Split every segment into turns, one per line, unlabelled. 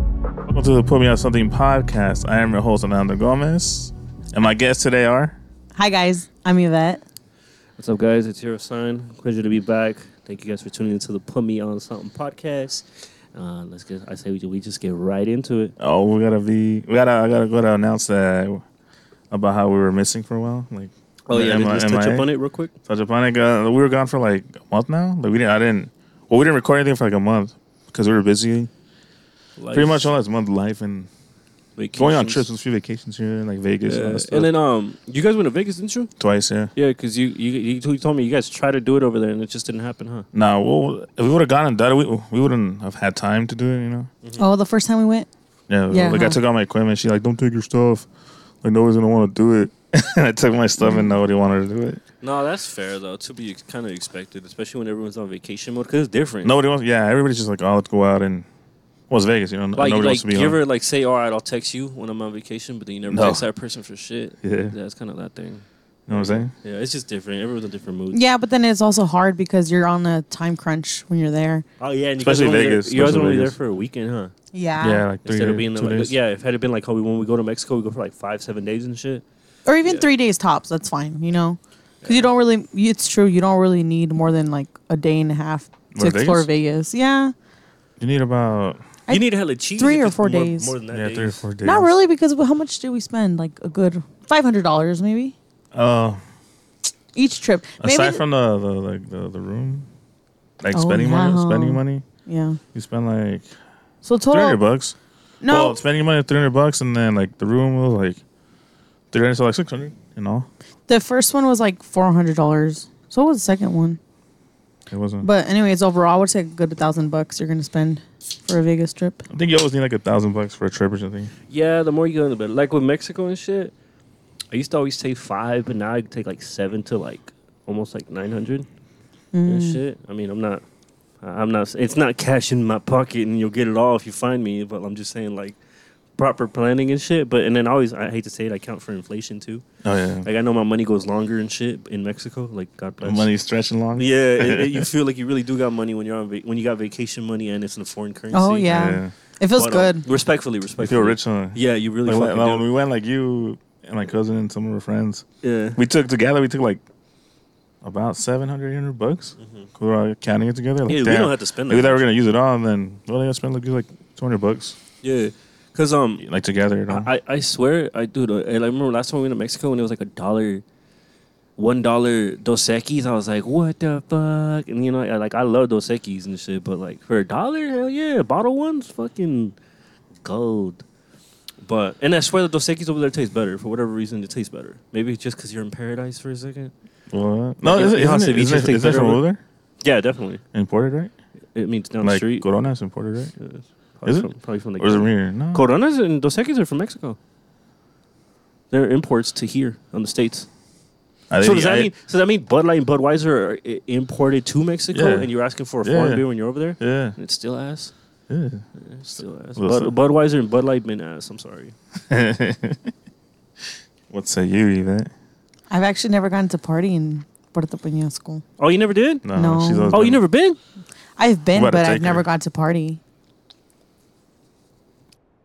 Welcome to the Put Me On Something podcast. I am your host, Ananda Gomez. And my guests today are
Hi guys, I'm Yvette.
What's up, guys? It's Hero Sign. Pleasure to be back. Thank you guys for tuning into the Put Me On Something podcast. Uh, let's get. I say we, we just get right into it.
Oh, we gotta be we gotta I gotta go to announce that about how we were missing for a while. Like
Oh, Am I-
let's
am I- touch up on it real quick.
Touch upon it. Uh, we were gone for like a month now. Like we didn't I didn't well we didn't record anything for like a month because we were busy. Pretty much all last month life and going on trips with a few vacations here in like Vegas and all that stuff.
and then um, you guys went to Vegas, didn't you?
twice, yeah.
Yeah, because you, you you you told me you guys tried to do it over there and it just didn't happen, huh?
Nah, well if we would have gone and done it, we, we wouldn't have had time to do it, you know?
Oh, the first time we went,
Yeah,
Yeah,
like I
huh.
took out my equipment. She like, don't take your stuff. Like nobody's gonna want to do it. and I took my stuff
Mm.
and nobody wanted to do it.
No, that's fair though. To be kind of expected, especially when everyone's on vacation mode, because it's different.
Nobody wants. Yeah, everybody's just like, oh, let's go out and. Well, it's Vegas, you know.
Like,
nobody wants
like
to be
you
on.
ever like say, "All right, I'll text you when I'm on vacation," but then you never
No.
text that person for shit.
Yeah.
yeah it's kind of that thing.
you know what I'm saying?
Yeah, it's just different. Everyone's in different moods.
yeah, but then it's also hard because you're on a time crunch when you're there.
Oh yeah, and
Especially
you guys were only
Vegas,
There, you guys were
especially
only there
Vegas.
for a weekend, huh?
Yeah.
yeah, like three
Instead
days,
of being
two
there, like,
days.
yeah, if had it been like how we when we go to Mexico, we go for like five, seven days and shit.
Or even
Yeah.
three days tops. That's fine, you know, because you don't really. It's true. You don't really need more than like a day and a half to
Or
explore Vegas. Yeah.
You need about
I-
you need hella cheese.
three
if
or
it's
four
more,
days.
More than that.
yeah
days.
three or four days.
Not really because how much did we spend? Like a good five hundred dollars maybe
Uh,
each trip. Maybe.
aside from the, the like the, the room, like
Oh,
spending money,
wow.
spending money,
yeah.
you spend like
So
three hundred
total.
bucks.
No.
well, spending money three hundred bucks, and then like the room was like three hundred, so like six hundred in all.
the first one was like four hundred dollars. So was the second one.
It wasn't.
But anyways, overall, I would say a good thousand bucks you're gonna spend for a Vegas trip.
I think you always need like a thousand bucks for a trip or something.
Yeah, the more you go, the better. Like with Mexico and shit, I used to always take five, but now I take like seven to like almost like nine hundred and
Mm.
shit. I mean, I'm not, I- I'm not. It's not cash in my pocket, and you'll get it all if you find me. But I'm just saying like proper planning and shit. But and then I always, I hate to say it, I count for inflation too.
Oh yeah,
Like I know my money goes longer and shit in Mexico. Like God bless.
money's stretching long.
Yeah, it, it- you feel like you really do got money when you're on va- when you got vacation money and it's in a foreign currency.
Oh yeah, it feels
But, um,
good.
respectfully,
you
respectfully.
feel rich on.
Yeah, you really
like, when,
fucking
like, when
do.
we went, like you and my cousin and some of her friends,
Yeah.
we took together. We took like about 700, 800 bucks. We were all counting it together. Like,
Mm-hmm. Yeah, we
damn.
don't have to spend
Like, we thought
that
we were
much.
gonna use it all, and then well, I spent like like two hundred bucks,
Yeah, cause um,
like together. You know?
I, I swear I dude, uh, I, I remember last time we went to Mexico and it was like a dollar, one dollar Dos Equis. I was like, what the fuck? And you know, I, like I love Dos Equis and shit, but like for a dollar, hell yeah, bottle ones, fucking gold. But and I swear the Dos Equis over there tastes better for whatever reason. It tastes better. Maybe it's just cause you're in paradise for a second.
what? uh, No,
Like,
is
you know,
not it, isn't it,
ceviche tastes
isn't it
better
from
with-
over there?
Yeah, definitely.
Imported, right?
It means down the
like
street.
Corona's imported, right?
Yeah, it's probably
Is it?
from, Probably from the
Or is it from here? No.
Coronas and Dos Equis are from Mexico. They're imports to here on the states.
I
So
think-
does that
I-
mean? So that mean Bud Light and Budweiser are i- imported to Mexico,
Yeah.
and you're asking for a
Yeah.
foreign beer when you're over there?
Yeah.
And it's still ass.
Yeah.
It's still ass.
Well,
Bud,
so-
Budweiser and Bud Light been ass. I'm sorry.
what say you, Yvette?
I've actually never gotten to party in Puerto Peñasco.
Oh, you never did?
No.
always
Oh, you
been-
never been?
I've been,
What a
but I've
taker.
never got to party.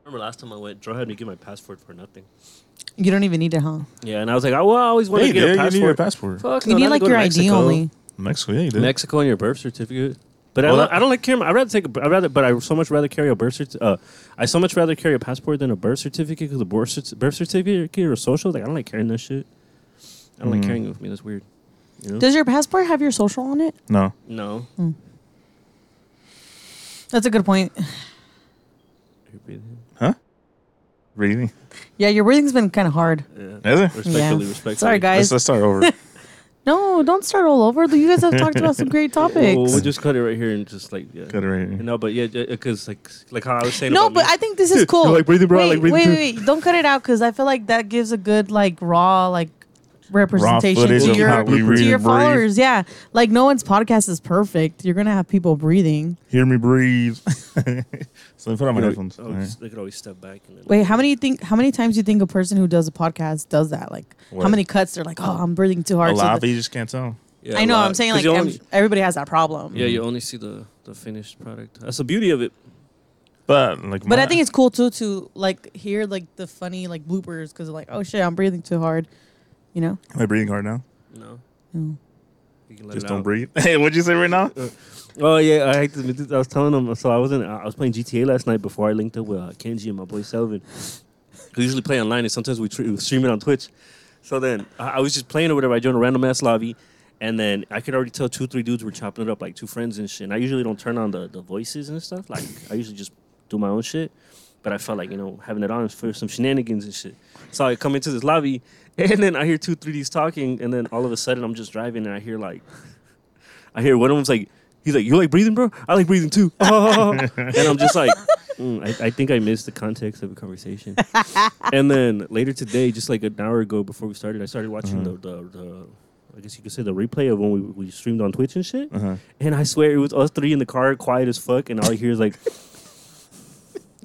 Remember last time I went, Joe had me get my passport for nothing.
You don't even need it, huh?
Yeah, and I was like, oh, well, I always
Yeah,
wanted
you
to
did.
get a
You
passport.
need your passport.
Fuck,
You
no,
need
not to
like
go to
your ID
Mexico.
only.
Mexico, yeah, you did.
Mexico and your birth certificate. But
Well,
I, don't,
that-
I don't like carry. I rather take. A, I rather, but I so much rather carry a birth certi- uh, I so much rather carry a passport than a birth certificate because a birth, certi- birth certificate or social. Like I don't like carrying that shit. I don't like
Mm.
carrying it with me. That's weird. You know?
Does your passport have your social on it?
no.
no.
That's a good point.
Really?
Yeah, your breathing's been kind of hard.
Yeah.
Is it?
Respectfully,
Yeah.
respectfully.
Sorry,
Let's,
guys.
let's start over.
No, don't start all over. You guys have talked about some great topics.
Well, we'll just cut it right here and just like yeah.
Cut it right here.
No, but yeah, because like like how I was saying.
No,
about
but
me-
I think this is cool.
like breathing, bro,
wait,
like breathing
wait,
too.
wait, wait. Don't cut it out because I feel like that gives a good like raw like representation
footage
to
of how
your,
we
to
breathe
your
and breathe.
followers. Yeah, like no one's podcast is perfect. You're gonna have people breathing.
Hear me breathe. so I put on my
you know,
headphones.
I
All
would
right.
just- They could always step back and then.
Wait, how many you think? How many times do you think a person who does a podcast does that? Like
What?
how many cuts? They're like, oh, I'm breathing too
A
hard. so
lot, but
the-
you just can't tell.
Yeah,
I know.
a lot.
I'm saying
'Cause
like
you
em-
only-
everybody has that problem.
Yeah, you only see the the finished product. That's the beauty of it.
But like,
But I think it's cool too to like hear like the funny like bloopers because like oh shit I'm breathing too hard, you know.
am I breathing hard now?
No.
Mm.
You can let
Just
it
don't
out.
breathe. Hey, what'd you say right now?
Oh yeah, I had to, I was telling him. So I was in. I was playing GTA last night before I linked up with uh, Kenji and my boy Selvin. We usually play online, and sometimes we, tr- we stream it on Twitch. So then I, I was just playing or whatever. I joined a random ass lobby, and then I could already tell two, three dudes were chopping it up like two friends and shit. And I usually don't turn on the, the voices and stuff. Like I usually just do my own shit. But I felt like you know having it on for some shenanigans and shit. So I come into this lobby, and then I hear two, three Ds talking, and then all of a sudden I'm just driving, and I hear like I hear one of them's like, he's like, you like breathing, bro? I like breathing too. and I'm just like, mm, I, I think I missed the context of the conversation. and then later today, just like an hour ago before we started, I started watching the, the, the, I guess you could say the replay of when we, we streamed on Twitch and shit.
Uh-huh.
And I swear it was us three in the car, quiet as fuck, and all I hear is like,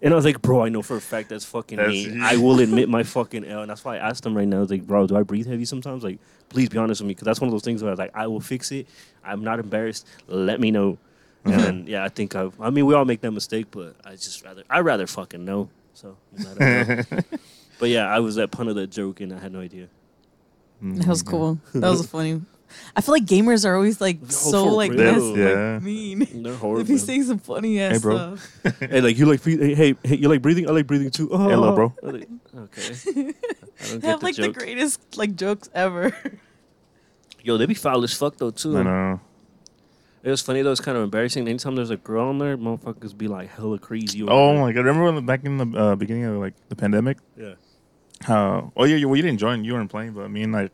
and I was like, bro, I know for a fact that's fucking
That's
me.
you.
I will admit my fucking L, and that's why I asked him right now. I was like, bro, do I breathe heavy sometimes? Like, please be honest with me, because that's one of those things where I was like, I will fix it. I'm not embarrassed. Let me know. And then, yeah, I think I. I mean, we all make that mistake, but I just rather I rather fucking know. So, I'm glad I know. but yeah, I was that pun of that joke, and I had no idea.
That was cool. That was funny. I feel like gamers are always like so
for
like
real.
this
Like,
yeah.
mean.
They're
If
horrible.
he's saying some funny ass
Hey, bro.
stuff.
Hey, like you like breathing. Hey, hey, hey, you like breathing. I like breathing too. Oh.
Hello, bro.
Okay. I don't
They
get
have
the
like the
joke.
greatest like jokes ever.
Yo, they be foul as fuck though too.
I know.
It was funny though. It's kind of embarrassing. Anytime there's a girl on there, motherfuckers be like hella crazy. over
Oh
her.
my god! Remember when, back in the uh, beginning of like the pandemic,
Yeah.
how? Oh yeah, you, well, you didn't join. You weren't playing, but me and like,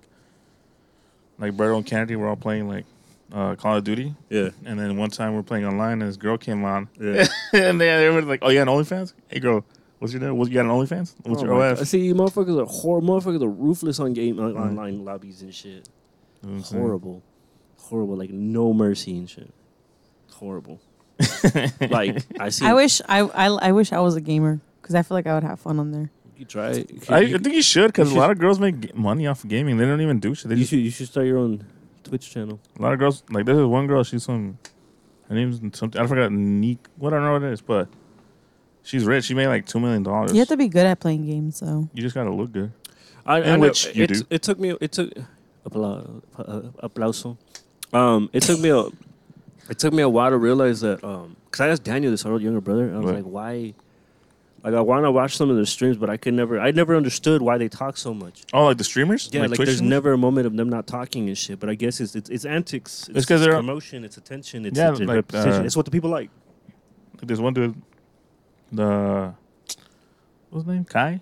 like Bredo and Kennedy were all playing like uh, Call of Duty,
Yeah.
and then one time we are playing online, and this girl came on,
Yeah.
and then everyone's like, "Oh, you got an OnlyFans? Hey, girl, what's your name? What, you got an OnlyFans? What's
Oh
your
my
OF?"
God. See, motherfuckers are hor Motherfuckers are ruthless on game on online lobbies and shit.
Mm. You know what I'm saying?
Horrible, horrible. Like no mercy and shit. Horrible. like I see.
I wish I, I I wish I was a gamer because I feel like I would have fun on there.
you try. it. You,
I, I
you-
think you should because a
should-
lot of girls make g- money off of gaming. They don't even do shit. They
you
just,
should. You should start your own Twitch channel.
a lot of girls like there's this one girl. She's some her name's something I forgot. Neek. What I don't know what it is, but she's rich. She made like two million dollars.
You have to be good at playing games, though.
You just gotta look good.
I,
And
know-
which you
it,
do.
It took me. It took uh, applause. Applauso. Um, it took me a. It took me a while to realize that. Um, cause I asked Daniel this, our old younger brother. And I was
Right.
like, why? Like I want to watch some of their streams, but I could never. I never understood why they talk so much.
Oh, like the streamers?
Yeah, like,
Twitch
there's
streamers?
never a moment of them not talking and shit. But I guess it's it's, it's antics. It's,
'cause they're-
promotion. It's attention. It's,
Yeah,
it's
like,
repetition.
uh,
it's what the people like.
Like, there's one dude, the what's his name? Kai.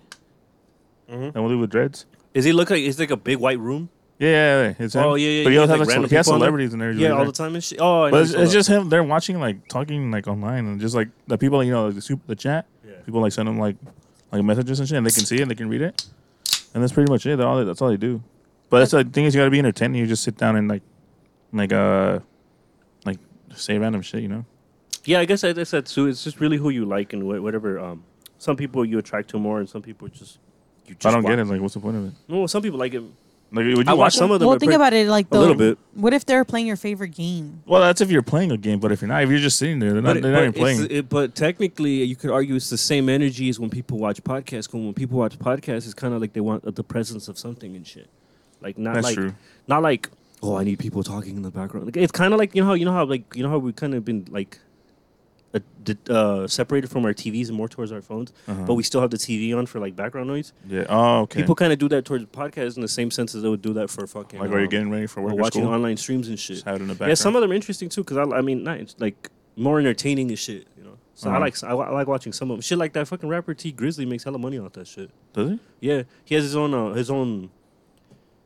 Mhm.
That one dude with dreads.
Is he look like? Is like a big white room?
Yeah, yeah, yeah. It's him.
Oh, yeah, yeah,
But he
he
also
has,
has
like,
like,
random
cele- he has
people on there?
celebrities and everything.
Yeah,
like
all
that.
the time and shit. Oh, I know
But it's,
you saw
it's
that.
just him. They're watching like talking like online and just like the people you know like the super, the chat.
Yeah.
People like send them like like messages and shit, and they can see it, and they can read it, and that's pretty much it. They're all that's all they do. But that's the thing is you gotta be entertaining. You just sit down and like like uh like say random shit, you know.
Yeah, I guess I guess that's too. It's just really who you like and wh- whatever. Um, some people you attract to more, and some people just you just.
I don't get
wa-
it. Like, what's the point of it?
No, some people like it.
Like, would you
I watch
watch
some
some
of them.
well,
are
think
pretty-
about it like
a
though,
little bit.
What if they're playing your favorite game?
Well, that's if you're playing a game, but if you're not, if you're just sitting there, they're not,
But, it-
they're not even
but it's-
playing.
it- but technically, you could argue it's the same energy as when people watch podcasts. 'cause when people watch podcasts, it's kind of like they want the presence of something and shit. Like not
That's
like
true.
not like oh, I need people talking in the background. Like, it's kind of like you know how you know how like you know how we kind of been like. uh, di- Uh, separated from our TVs and more towards our phones,
Uh-huh.
but we still have the TV on for like background noise.
yeah. Oh, okay.
People kind of do that towards podcasts in the same sense as they would do that for fucking
like, are you
um,
getting ready for
or
work? Or
watching
school?
online streams and shit.
Just have it in the
Yeah,
background.
some of them are interesting too because I, I mean, not it's like more entertaining and shit. You know, so I
Uh-huh.
like I, I like watching some of them. Shit like that fucking rapper T Grizzly makes hella money off that shit.
Does he?
Yeah, he has his own uh, his own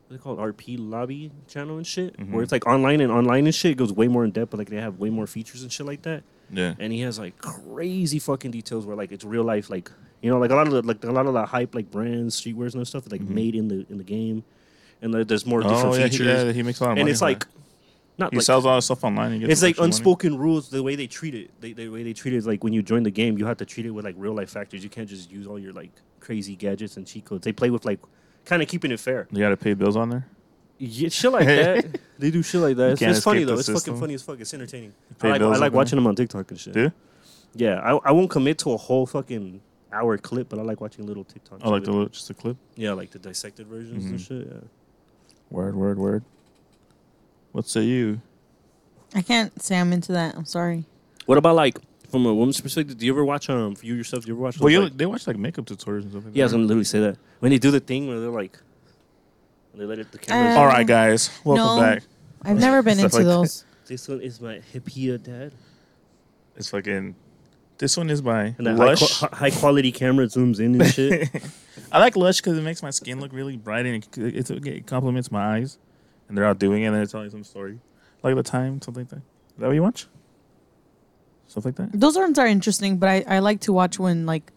what's it called RP lobby channel and shit
Mm-hmm.
where it's like online and online and shit goes way more in depth, but like they have way more features and shit like that
Yeah.
and he has like crazy fucking details where like it's real life like you know like a lot of the like a lot of the hype like brands streetwears and stuff like made in the in the game and like, there's more different
Mm-hmm. Oh, yeah. He,
features
yeah, he makes a lot of money.
and it's
for
like
that.
not
he
like
sells all his stuff online. And gets
it's like
extra money.
unspoken rules the way they treat it they, the way they treat it is like when you join the game you have to treat it with like real life factors you can't just use all your like crazy gadgets and cheat codes they play with like kind of keeping it fair
You got to pay bills on there.
yeah, shit like that they do shit like that it's,
can't
it's funny
escape
though
the
it's
system.
fucking funny as fuck it's entertaining I
pay
like, I
bills
like
on
watching them on TikTok and shit
Do you?
Yeah, I, I won't commit to a whole fucking hour clip, but I like watching little TikToks.
Oh, like
of
the
it.
little, just a clip.
yeah, like the dissected versions and
Mhm.
shit. Yeah.
Word, word, word. What say you?
I can't say I'm into that. I'm sorry.
What about like from a woman's perspective? Do you ever watch um for you yourself? Do you ever watch?
Well,
those,
you,
like-
they watch like makeup tutorials and stuff. Like
yeah, I was
that.
gonna literally say that when they do the thing where they're like, when they let it the camera.
All right, guys, welcome
No.
back.
I've never been
Stuff
into
like that.
those.
This one is my hippie dad,
It's fucking. This one is by
and that high,
Lush.
qua- high quality camera zooms in and shit.
I like Lush because it makes my skin look really bright and it, it's- it compliments my eyes. And they're out doing it and they're telling some story, like the time, something like that. Is that what you watch? Stuff like that.
Those ones are interesting, but I, I like to watch when like,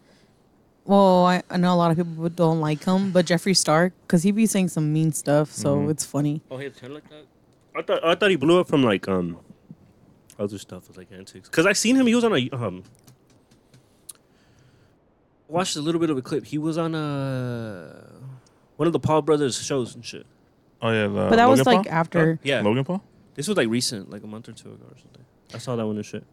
well, I, I know a lot of people don't like him, but Jeffree Star because he be saying some mean stuff, so
Mhm.
it's funny.
Oh, he had ten like that. I thought I thought he blew up from like um other stuff with like antics. Cause I seen him. He was on a um. Watched a little bit of a clip. He was on a one of the Paul brothers shows and shit.
Oh yeah, the
But that
Logan
was like
Paul?
after.
Yeah,
Logan Paul.
this was like recent, like a month or two ago or something. I saw that one and shit.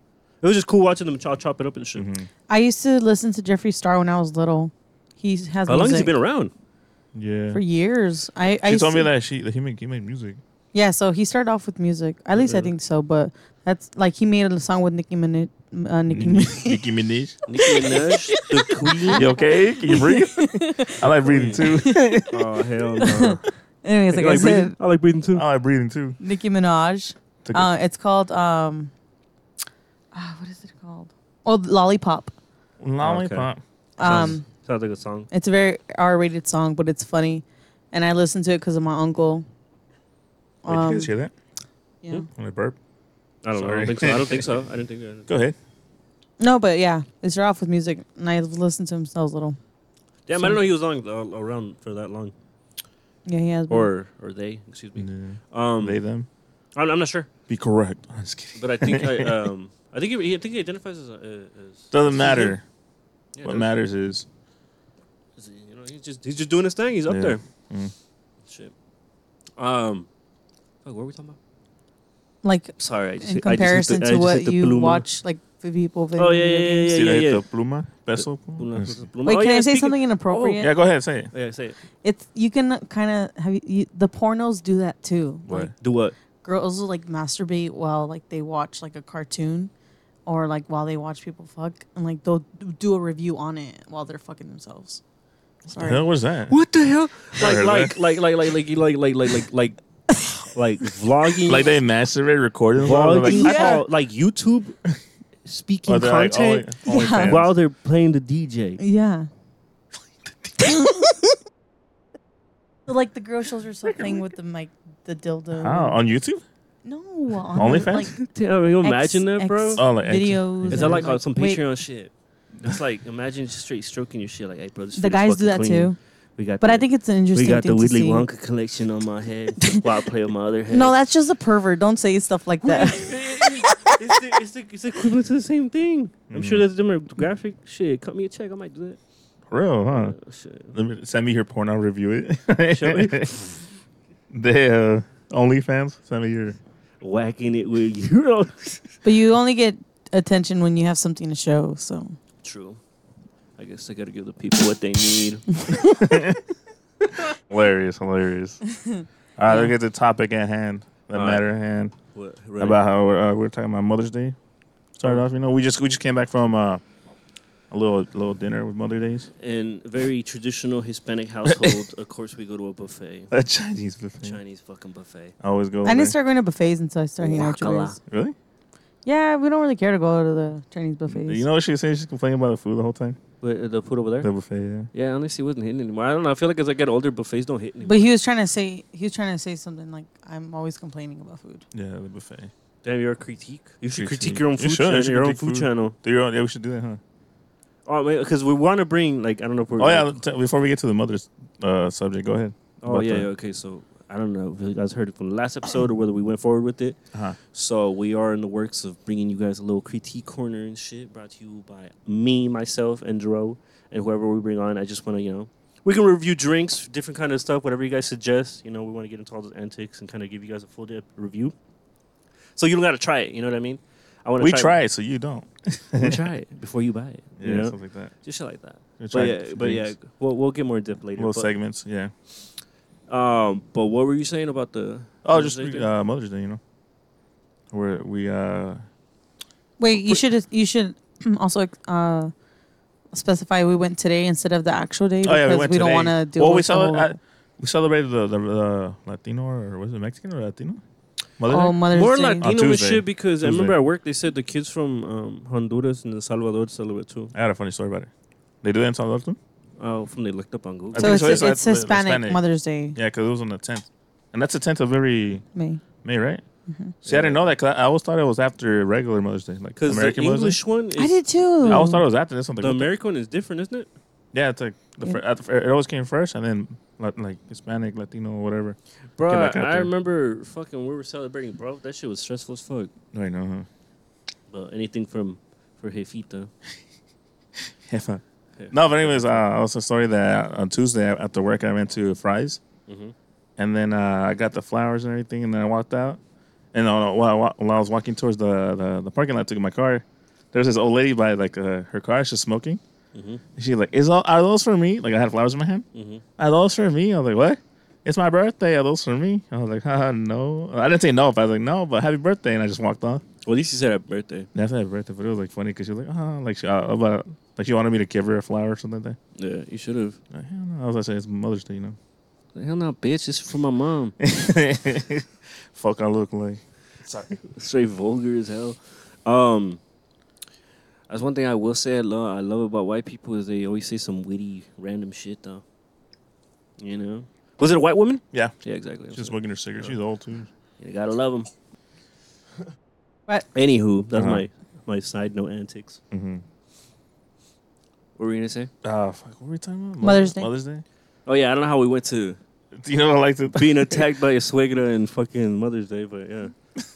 It was just cool watching them chop chop it up and shit.
Mhm.
I used to listen to Jeffree Star when I was little. He has
How long has he
music
been around?
Yeah.
for years. I I
she
used
told me
to-
that she that he made he made music.
Yeah, so he started off with music. At least I
Really?
think so. But that's like he made a song with Nicki Minaj. Uh, Nicki Minaj.
Mm-hmm. Nicki Minaj.
Nicki Minaj, the queen.
You okay? Can you breathe? I like breathing too.
Oh hell no!
Anyways, like I said,
breathing? I like breathing too.
I like breathing too.
Nicki Minaj.
Took a-
Uh, it's called um, ah, what is it called? Oh, Lollipop.
Lollipop.
Um,
Sounds like a song.
it's a very R-rated song, but it's funny, and I listened to it because of my uncle.
Wait, you
Um,
guys hear that?
Yeah.
When I burp.
I don't know.
Sorry.
I don't think so. I don't think so. I didn't think. that.
Go ahead.
No, but yeah, they start off with music, and I listened to him since I was little.
Damn, I
So-
don't know he was on uh, around for that long,
Yeah, he has. been.
or or they, excuse me. Um,
They them.
I'm, I'm not sure,
Be correct. I'm just kidding.
but I think I, um, I think he, I think he identifies as, a, as
Doesn't matter.
Yeah,
What
does-
matters is
is he- You know, he's just he's just doing his thing. He's up
Yeah.
there.
Mm.
Shit. Um, fuck, what were we talking about?
like
Sorry, I just,
in
I just hit the-
comparison to
I just hit
what
the
you
Bluma.
watch, like the people. playing
Oh, yeah,
video
yeah,
games.
yeah,
See
yeah,
that
yeah.
the pluma, peso.
Bluma-
pluma? Yes.
Bluma-
Wait,
oh,
can
yeah,
I say
speaking-
something inappropriate?
Yeah, go ahead. Say it.
Oh, yeah, say it.
It's you can kind of have you, you, the pornos do that too.
What?
Like
Do what?
girls will like masturbate while like they watch like a cartoon, or like while they watch people fuck, and like they'll d- do a review on it while they're fucking themselves.
The
Sorry.
hell was that?
What the hell?
Sorry,
Like, like, like, like, like, like, like, like, like, like, like, like vlogging.
Like they masturbate recording.
Vlogging,
Like,
Yeah.
call- like YouTube speaking
or they're like only,
content
only
Yeah.
fans.
while they're playing the DJ.
Yeah. so like the girl shows her something with the like the dildo.
How? on YouTube?
No. On
OnlyFans?
Like,
Damn, you imagine
X-
that, bro?
X
Oh, like X.
videos.
Is that
and,
like on some
wait,
Patreon shit? It's like imagine just straight stroking your shit, like, hey, bro, this
The
shit is
guys do that
fucking clean.
too,
We got,
but
the,
I think it's an interesting
we got the
thing to
Willy
see.
Wonka collection on my head while I play on my other head.
No, that's just a pervert. Don't say stuff like that.
it's, the, it's, the, it's equivalent to the same thing. I'm sure
Mm.
that's demographic shit. Cut me a check, I might do that.
Real, huh?
Uh, shit.
Let me send me your porn. I'll review it. they uh, OnlyFans. Send me your.
Whacking it with you. know.
but you only get attention when you have something to show. So
True. I guess I gotta give the people what they need.
Hilarious, hilarious. All right, let's get the topic at hand. The
All right.
matter at hand.
What,
About how uh, we we're talking about Mother's Day. Started off, you know, we just we just came back from uh, a little little dinner with Mother Days.
In very traditional Hispanic household, of course, we go to a buffet.
A Chinese buffet.
Chinese fucking buffet.
I always go.
I
there.
didn't start going to buffets until I started hanging out with you
Guacala.
guys.
Really?
Yeah, we don't really care to go to the Chinese buffets.
You know what she was saying? She's complaining about the food the whole time.
Wait, uh, the food over there?
The buffet. Yeah.
yeah, honestly, it wasn't hitting anymore. I don't know. I feel like as I get older, buffets don't hit anymore.
but he was trying to say he was trying to say something like I'm always complaining about food.
Yeah, the buffet.
Damn, you're a critique. You should
Critique.
critique your own
You
food,
should. You
channel,
should
your own
critique
food,
food.
channel.
Do your own, yeah, we should do that, huh?
Oh, because we want to bring like I don't know if we're.
Oh yeah. T- before we get to the mother's uh, subject, go ahead.
Oh
About
yeah,
the-
yeah, Okay, so I don't know if you guys heard it from the last episode or whether we went forward with it.
Uh-huh.
So we are in the works of bringing you guys a little critique corner and shit, brought to you by me, myself, and Dro, and whoever we bring on. I just want to, you know, we can review drinks, different kind of stuff, whatever you guys suggest. You know, we want to get into all those antics and kind of give you guys a full dip review. So you don't got to try it. You know what I mean? I want
We
try.
try it, so you don't.
Let me try it before you buy it.
Yeah,
you know,
something like that.
just shit like that.
We'll
But
try
yeah, but yeah,
things.
we'll we'll get more in depth later.
little
but,
segments. Yeah.
Um, but what were you saying about the?
Oh,
Mother's
just
Day thing?
uh, Mother's Day, you know, where we uh,
Wait, you should you should also uh, specify we went today instead of the actual day because
oh yeah, we went
don't
today.
want to do.
Well,
a
we
whole-
celebrated. We celebrated the, the the Latino or was it Mexican or Latino? Mother's
oh,
Day? uh,
Mother's
more
Day.
On
Latino and
Tuesday.
shit because I remember
Tuesday.
at work they said the kids from um, Honduras and El Salvador celebrate too.
I had a funny story about it. They do that in Salvador too.
Oh, from they looked up on Google.
I
so
think
it's,
so, it's
it's,
like the- the
Hispanic,
Hispanic.
Mother's Day.
Yeah, because it was on the tenth, and that's the tenth of every
May.
May, right?
Mhm.
See, I didn't know that. Cause I I always thought it was after regular Mother's Day, like
Because the
American Mother's Day.
English one, is,
I did too.
I always thought it was after. That's something.
the American one is different, isn't it?
yeah, it's like the
Yeah.
fir- at the fir- it always came first, and then like, like Hispanic, Latino, whatever.
Bro,
back out
I
there.
remember fucking we were celebrating, bro. That shit was stressful as fuck.
I know. Huh?
But anything from for Jefita.
Heffa.
Yeah.
No, but anyways, uh, I was a story that on Tuesday after work I went to Fry's,
Mm-hmm.
and then uh, I got the flowers and everything, and then I walked out. And uh, while, I wa- while I was walking towards the, the, the parking lot to get my car, there was this old lady by like uh, her car. She's smoking.
Mhm.
And She's like, "Is all are those for me?" Like I had flowers in my hand.
Mm-hmm.
Are those for me? I was like, "What? It's my birthday. Are those for me?" I was like, "Haha, no." I didn't say no, but I was like, "No," but happy birthday, and I just walked off.
Well, at least you said happy birthday.
And after happy birthday, but it was like funny because she was like, "Ah," like she uh, about like she wanted me to give her a flower or something like that.
Yeah, you should have.
Like, Hell no. I was like, it's Mother's Day, you know.
Hell no, bitch. It's for my mom.
Fuck, I look like. Sorry.
Straight vulgar as hell. Um, that's one thing I will say I love. I love about white people is they always say some witty, random shit though. You know, was it a white woman?
Yeah.
Yeah, exactly.
She's smoking her cigarette. She's old too.
You gotta love them.
What?
Anywho, that's
Uh-huh.
my my side note antics.
Mm-hmm.
What were you gonna say?
Uh, fuck, what were we talking about?
Mother's Day.
Mother's Day.
Oh yeah, I don't know how we went to
You know, I like to.
being attacked by a suegra and fucking Mother's Day, but yeah.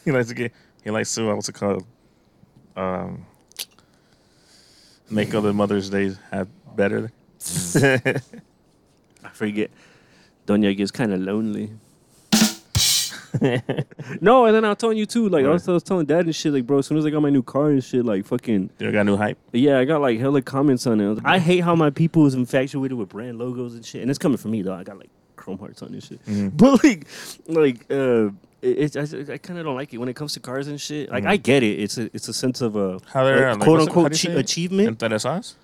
he likes to get. He likes to. uh, What's it called? Um, make other Mother's Days have better.
I forget. Donya gets kind of lonely. no, and then I was telling you too, like I was, I was telling dad and shit, like bro, as soon as I got my new car and shit, like fucking,
you got new hype.
yeah, I got like hella comments on it. I hate how my people is infatuated with brand logos and shit, and it's coming from me though. I got like chrome hearts on this shit, but like, like, uh, it, it, I, I kind of don't like it when it comes to cars and shit. Like I get it, it's a, it's a sense of a
How they're
like,
like,
quote
what's it- how
unquote
do you
chea-
say it?
achievement.
Interesas.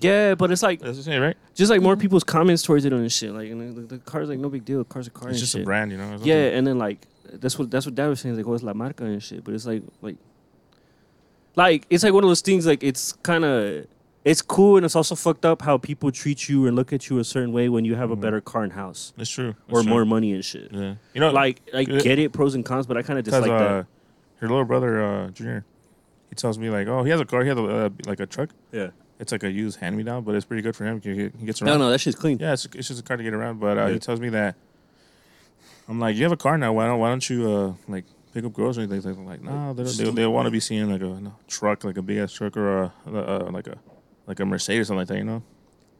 Yeah, but it's like
That's what you say, right?
just like more people's comments towards it and shit. Like, and the, the car's like no big deal. Car's a car.
It's
and
just
shit.
a brand, you know. It's
Yeah,
nothing-
and then like that's what that's what Dad was saying. Like, oh, it's la marca and shit. But it's like like like it's like one of those things. Like it's kind of it's cool and it's also fucked up how people treat you and look at you a certain way when you have a better car and house
It's true.
or
It's true.
more money and shit.
Yeah. You know,
Like I
Yeah.
get it, pros and cons, but I kind of
Because
dislike
uh, her little brother, uh, Junior, he tells me like, oh, he has a car, he has a, uh, like a truck.
that. Yeah.
It's like a used hand me down, but it's pretty good for him. He, he gets
No,
around.
no, that shit's clean.
Yeah, it's, it's just a car to get around. But uh,
Yeah.
he tells me that I'm like, you have a car now. Why don't Why don't you uh, like pick up girls or anything? He's like, no, they don't, they, they want to be seeing like a no, truck, like a big ass truck or a, a, a like a like a Mercedes or something like that. You know,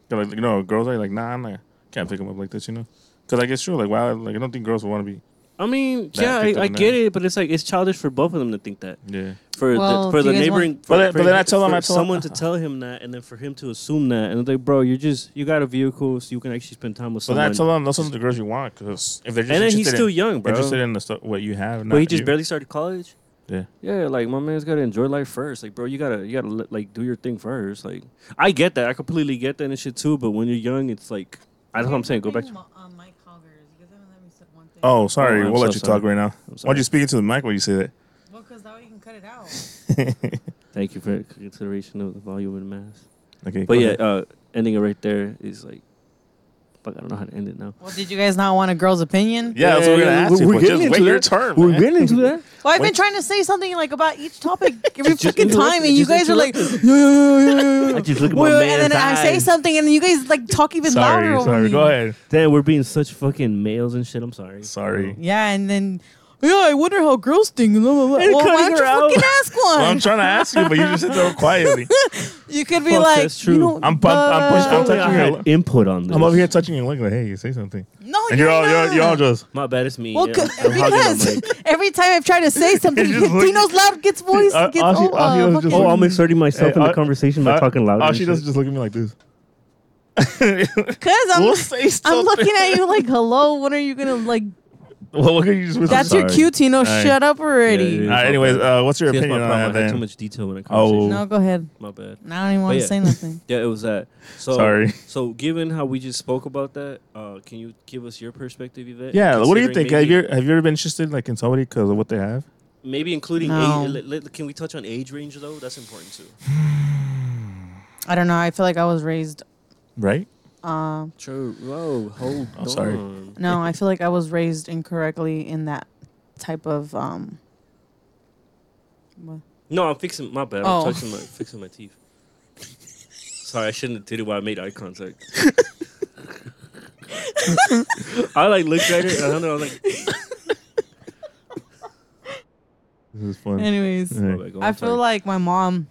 They're like you know, girls are like, nah, I'm like, can't pick them up like this. You know, because like it's true. Like, wow, like I don't think girls would want to be.
I mean,
That
yeah,
picked up
I, I
on that.
get it, but it's like it's childish for both of them to think that.
Yeah.
for
Well,
the, for
do
the
you guys want-
neighboring.
But
for,
then- but
for
then I
him-
tell him-
for
I tell him-
someone to tell him that, and then for him to assume that, and they're like, bro, you're just you got a vehicle, so you can actually spend time with
But
someone.
then I tell them those are the girls you want because if they're just
and then he's
interested
still
in-
young, bro.
interested in the stuff what you have.
But he
not
just
you.
barely started college.
Yeah.
Yeah, like my man's gotta enjoy life first. Like, bro, you gotta you gotta let- like do your thing first. Like, I get that. I completely get that and shit too. But when you're young, it's like that's what I'm saying. Go back. To,
Oh, sorry.
Oh, I'm
we'll
so
let you
sorry.
talk right now. Why
sorry.
don't you speak into the mic when you say that?
Well, because that way you can cut it out.
thank you for consideration of the volume and mass.
Okay.
But
go
yeah,
ahead.
uh, ending it right there is like, fuck, I don't know how to end it now.
Well, did you guys not want a girl's opinion?
yeah, that's what we're gonna ask you.
we're
but
getting
just
into
wait your
that.
turn.
We're
man.
getting into that.
Well, I've been
Wait.
trying to say something like about each topic every
Just
fucking
interrupt
time,
it,
and you
just
guys are like,
interrupt
yeah, yeah, yeah, yeah, yeah.
I just look at my
Wait, wait,
man's
and then I say
eyes.
something, and then you guys like talk even louder.
Sorry,
over
sorry.
me.
Go ahead.
Damn, we're being such fucking males and shit. I'm sorry.
Sorry.
Yeah, and then yeah, I wonder how girls think. Blah, blah, blah.
And
Well, why
cutting
don't
her
you
out.
fucking ask one?
Well, I'm trying to ask you, but you just sit there quietly.
you could be
Fuck,
like,
that's true.
You know,
I'm pu- I'm push- I'm
uh,
touching
I
her.
had input on this.
I'm over here touching your leg, like, hey, you say something,
No,
and you're all
not.
you're, you're all just.
My bad, it's me.
Well,
Yeah,
'cause-
I'm hogging the
because
mic.
every time I've tried to say something,
just look-
Dino's loud gets voice.
Uh,
Gets
all she-
all,
all she
uh,
was just-
fucking-
oh, I'm inserting myself in the conversation by
uh,
talking loud.
All
and
she does is
shit.
just look at me like this.
Cause I'm,
We'll say
I'm
something.
looking at you like, hello. When are you gonna like?
Well, look at you. Just whisper.
That's your
sorry.
cue, Tino.
right.
Shut up already.
Yeah,
All
yeah,
right, anyways, uh, what's your
See, that's my
opinion on
problem. I had
that?
too
Then?
much detail in that
Oh.
conversation.
No, go ahead.
My bad.
Now I don't want
But
to
yeah.
say nothing.
Yeah, it was that. So,
Sorry.
So, given how we just spoke about that, uh, can you give us your perspective, Yvette?
Yeah, what do you
Considering
think?
Maybe,
Have you have you ever been interested like in somebody because of what they have?
maybe including
No.
age. Let, let- can we touch on age range though? That's important too.
I don't know. I feel like I was raised.
Right?
Uh,
True. Whoa. Hold
I'm sorry.
on.
no, I feel like I was raised incorrectly in that type of. Um, what?
No, I'm fixing. My bad.
Oh.
I'm touching my fixing my teeth. Sorry, I shouldn't have did it while I made eye contact. I like looked at her and I was like,
This is fun.
anyways,
Yeah.
my bad, go
I
on,
feel
sorry.
like my mom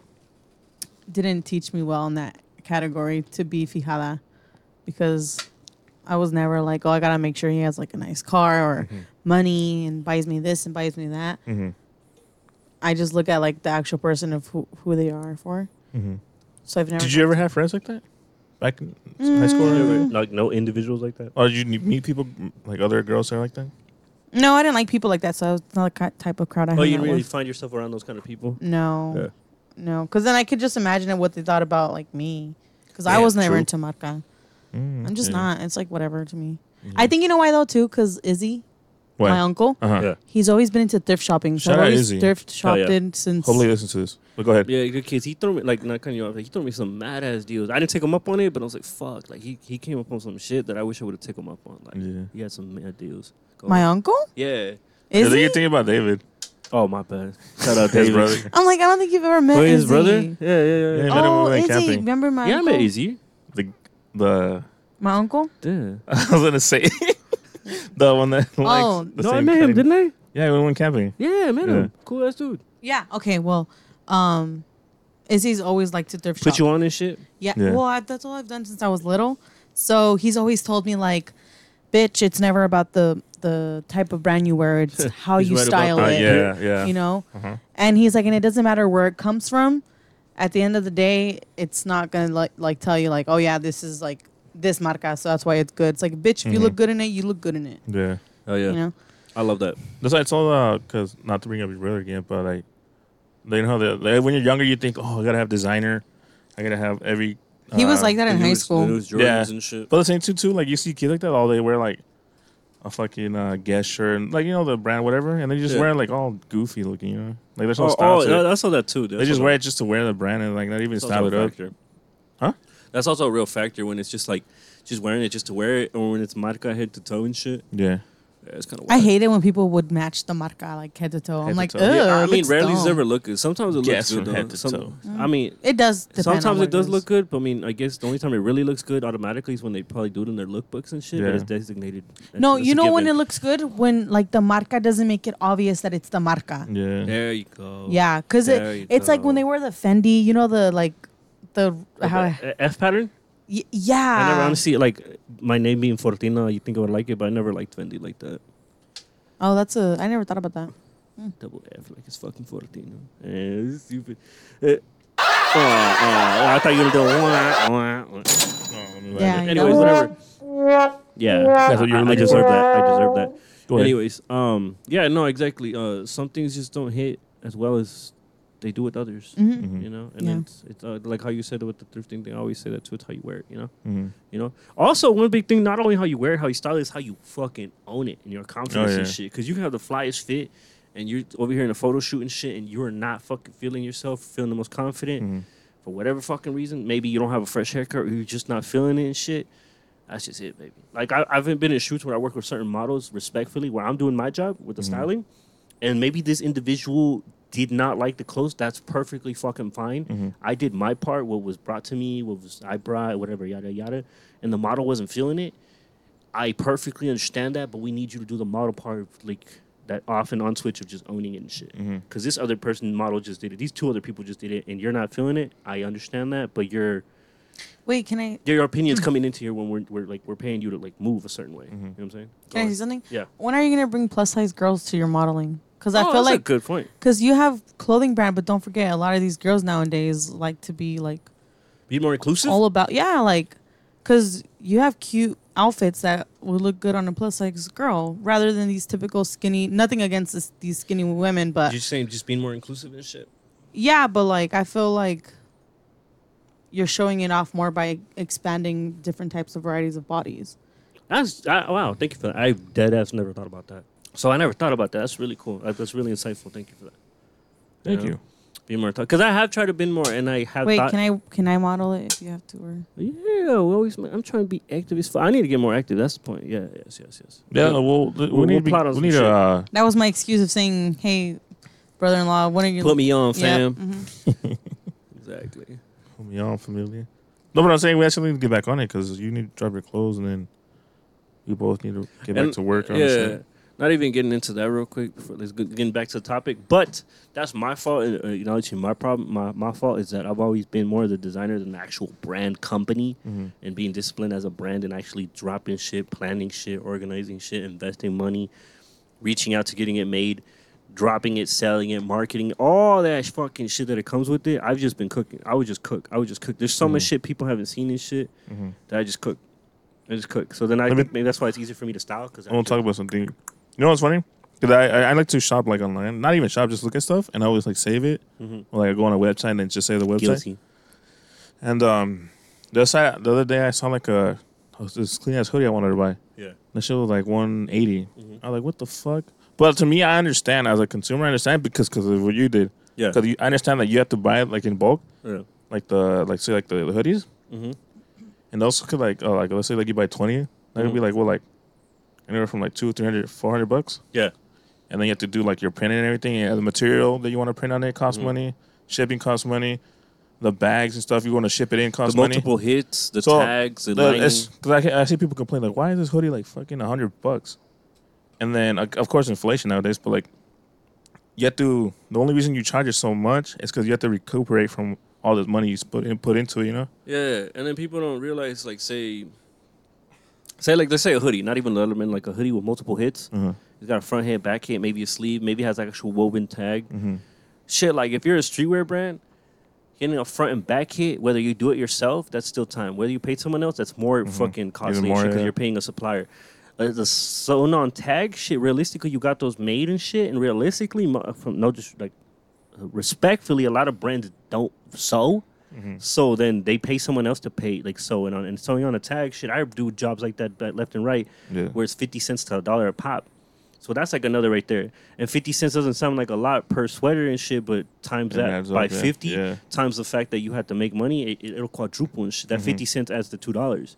didn't teach me well in that category to be fijada because I was never like, oh, I gotta make sure he has like a nice car
Mm-hmm.
or money and buys me this and buys me that.
Mhm.
I just look at like the actual person of who, who they are for.
Mhm.
So I've never.
Did you ever have friends like that back in high school? Or,
Mm.
whatever?
like no individuals like that.
or did you meet people like other girls that are like that?
No, I didn't like people like that. So I was not the ki- type of crowd I
Oh,
hung
you
out
really
with.
find yourself around those kind of people.
No,
Yeah.
no, because then I could just imagine what they thought about like me, because I
Yeah,
was never
true.
into marca.
Mm,
I'm just
yeah. Mm-hmm.
not. It's like whatever to me. I think you know why though too, because Izzy,
Why?
my uncle,
Uh-huh.
Yeah.
he's always been into thrift shopping. So
Shout
I've
out
always
Izzy.
thrift
Hell
shopped
yeah.
in since.
Hopefully, he listens to this. But go ahead.
Yeah, good kids. He threw me like not cutting you off. Like, he threw me some mad ass deals. I didn't take him up on it, but I was like, fuck. Like he, he came up on some shit that I wish I would have taken him up on. Like
Yeah.
he had some mad deals. Go
My
on.
uncle
Yeah.
Yeah,
Izzy.
You're thinking about David,
Oh my bad. Shout out
his
David.
brother.
I'm like I don't think you've ever met
Wait, his
Izzy.
brother? Yeah, yeah,
Yeah, I
yeah. Yeah,
met him when
Oh,
we went
Izzy,
camping.
remember my
I
uncle?
met Izzy.
The the
My uncle?
Yeah.
I was gonna say the one that likes.
Oh.
the
no, I
same
met him,
kind.
didn't I?
Yeah, we went camping.
Yeah, I met him.
Yeah.
Cool ass dude.
Yeah. Okay. Well, um, Izzy's always liked to thrift
Put
shop.
you on and shit.
Yeah.
Yeah.
Well, I, that's all I've done since I was little. So he's always told me like, "Bitch, it's never about the the type of brand you wear. It's how
He's
you
right about
style
that. Uh-huh.
Uh,
it.
yeah, yeah.
Oh, You know." And he's like, and it doesn't matter where it comes from. At the end of the day, it's not gonna like like tell you like, oh yeah, this is like this marca, so that's why it's good. It's like, bitch, if you look good in it, you look good in it.
Yeah.
Oh Mm-hmm. yeah.
You know.
I love that.
That's why I told uh, cause not to bring up your brother again, but like, you know how the like, when you're younger, you think, oh, I gotta have designer, I gotta have every.
He was
uh,
like that in
The
high
newest-
school.
The newest Jordans
Yeah.
and shit.
But the same too, too. Like you see kids like that, all they wear like a fucking uh, guest shirt, and like you know the brand, whatever, and they just
Yeah.
wear like all goofy looking, you know, like there's no
Oh,
style.
oh,
to it.
no, I saw that too. dude. I
they just
saw
wear
that.
it just to wear the brand and like not even
That's
style
also
it
a
up.
factor.
Huh?
That's also a real factor when it's just like, just wearing it just to wear it, or when it's marca head to toe and shit.
Yeah,
Yeah, it's kind of.
I hate it when people would match the marca like head to toe.
Head
I'm
to
like,
toe.
ugh.
Yeah,
Yeah, I
it
mean,
looks
rarely does it
dumb."
ever look good. Sometimes it
Guess
looks good.
from
though.
head to
Some-
toe.
Mm.
I mean,
It does. depend on
sometimes
what
it does
is.
look good, but I mean, I guess the only time it really looks good automatically is when they probably do it in their lookbooks and shit.
Yeah.
But it's designated. That's-
No,
that's
you
a
know when it
given.
looks good when like the marca doesn't make it obvious that it's the marca.
yeah.
There you go.
Yeah, because
There you
it, it's like when
go.
they wear the Fendi, you know the like the how Ah.
How, E, F pattern?
y-
I never
yeah.
honestly like my name being Fortina. You think I would like it, but I never liked Fendi like that.
Mm. Oh, that's a I never thought about that.
Double F, like it's fucking Fortino. Yeah, this is stupid. Eh. Oh, oh, I thought you were doing wah, wah, wah.
Yeah, you
Anyways,
know.
whatever. Yeah, that's
what you're
I, I
looking
deserve
for.
that. I deserve that.
Go ahead.
Anyways, um, yeah, no, exactly. Uh, some things just don't hit as well as they do with others.
Mm-hmm.
Mm-hmm,
You know, and
Yeah.
it's it's uh, like how you said with the thrifting thing. I always say that too. It's how you wear it. You know,
Mhm.
you know. Also, one big thing, not only how you wear it, how you style it, is how you fucking own it and your confidence and
yeah.
shit. Because you can have the flyest fit, and you're over here in a photo shoot and shit, and you are not fucking feeling yourself, feeling the most confident
mm-hmm.
for whatever fucking reason. Maybe you don't have a fresh haircut, or you're just not feeling it and shit. That's just it, baby. Like I, I've been in shoots where I work with certain models respectfully, where I'm doing my job with the styling, and maybe this individual did not like the clothes. That's perfectly fucking fine. I did my part. What was brought to me, what was I brought, whatever, yada yada, and the model wasn't feeling it. I perfectly understand that, but we need you to do the model part. Like that off and on switch of just owning it and shit.
Mhm.
Because this other person model just did it. These two other people just did it, and you're not feeling it. I understand that, but your
Wait, can I
your opinion's
Mm-hmm.
coming into here when we're, we're like we're paying you to like move a certain way. You know
Mhm.
what I'm saying? Go
can I
on.
say something?
Yeah.
When are you gonna bring plus size girls to your modeling? Because I
Oh,
feel
that's a
like
good point.
because you have clothing brand, but don't forget a lot of these girls nowadays like to be like
Be more inclusive.
all about yeah like because you have cute outfits that would look good on a plus size girl rather than these typical skinny nothing against this, these skinny women but
You're saying just being more inclusive and shit.
yeah but like i feel like you're showing it off more by expanding different types of varieties of bodies
That's I, wow. Thank you for that. I dead ass never thought about that. So I never thought about that. That's really cool. That- That's really insightful. Thank you for that.
Thank
Yeah.
you.
Be more because I have tried to be more, and I have.
wait
thought,
can i can i model it if you have to or
Yeah, we always. I'm trying to be active. As fuck. I need to get more active. That's the point. Yeah. Yes. Yes. Yes.
Yeah, well, we
we'll
need, to be-
plot on
we
some
need
shit.
to uh,
that was my excuse of saying hey brother-in-law when are you
Put me on,
Yeah,
fam.
mhm.
Exactly.
put me on familiar. No, but I'm saying we actually need to get back on it because you need to drop your clothes and then we both need to get back
And-
to work. On
yeah.
shit.
Not even getting into that real quick. Before, let's get- getting back to the topic. But that's my fault. and, uh, Acknowledging my problem. My my fault is that I've always been more of the designer than the actual brand company,
Mhm.
and being disciplined as a brand and actually dropping shit, planning shit, organizing shit, investing money, reaching out to getting it made. Dropping it, selling it, marketing, all that fucking shit that it comes with it. I've just been cooking. I would just cook. I would just cook. There's so
Mm.
much shit people haven't seen and shit
Mhm.
that I just cook. I just cook. So then I
Let me-
think maybe that's why it's easier for me to style because
I want to talk about something. You know what's funny? Cause I, I I like to shop like online, not even shop, just look at stuff, and I always like save it.
Mhm.
Or, like I go on a website and just say the website.
guilty.
And um, the side the other day I saw like a this clean ass hoodie I wanted to buy.
Yeah.
The shit was like 180.
Mhm.
I was like, what the fuck? But to me, I understand as a consumer, I understand because because of what you did.
Yeah.
Because I understand that you have to buy it like in bulk,
Yeah.
like the like say like the, the hoodies,
Mm-hmm.
and also could like oh like let's say like you buy 20, that would be
Mhm.
like well like anywhere from like two, 300, 400 bucks.
Yeah.
and then you have to do like your printing and everything. And the material that you want to print on it costs
Mhm.
money. Shipping costs money. The bags and stuff you want to ship it in
The
costs money.
multiple hits, the
So,
tags, the, lining.
Because I, hear- I see people complain like, why is this hoodie like fucking hundred bucks? And then like, of course inflation nowadays, but like you have to. The only reason you charge it so much is because you have to recuperate from all this money you put in, put into it. You know.
Yeah, and then people don't realize, like, say, say, like, let's say a hoodie, not even Leatherman, like a hoodie with multiple hits.
Uh-huh.
It's got a front hit, back hit, maybe a sleeve, maybe it has like actual woven tag.
Mm-hmm.
Shit, like if you're a streetwear brand, getting a front and back hit, whether you do it yourself, that's still time. Whether you pay someone else, that's more fucking costly
Mm-hmm. more,
because
yeah.
you're paying a supplier. Uh, the sewn on tag shit, realistically, you got those made and shit, and realistically, mo- from no just like uh, respectfully, a lot of brands don't sew.
Mm-hmm.
So then they pay someone else to pay like sewing on and sewing on a tag shit. I do jobs like that, that left and right,
Yeah.
where it's fifty cents to a dollar a pop. So that's like another right there. And fifty cents doesn't sound like a lot per sweater and shit, but times
It
that
adds
by
up, yeah.
fifty,
Yeah.
times the fact that you had to make money, it, it'll quadruple and shit.
Mm-hmm.
That fifty cents adds to two dollars,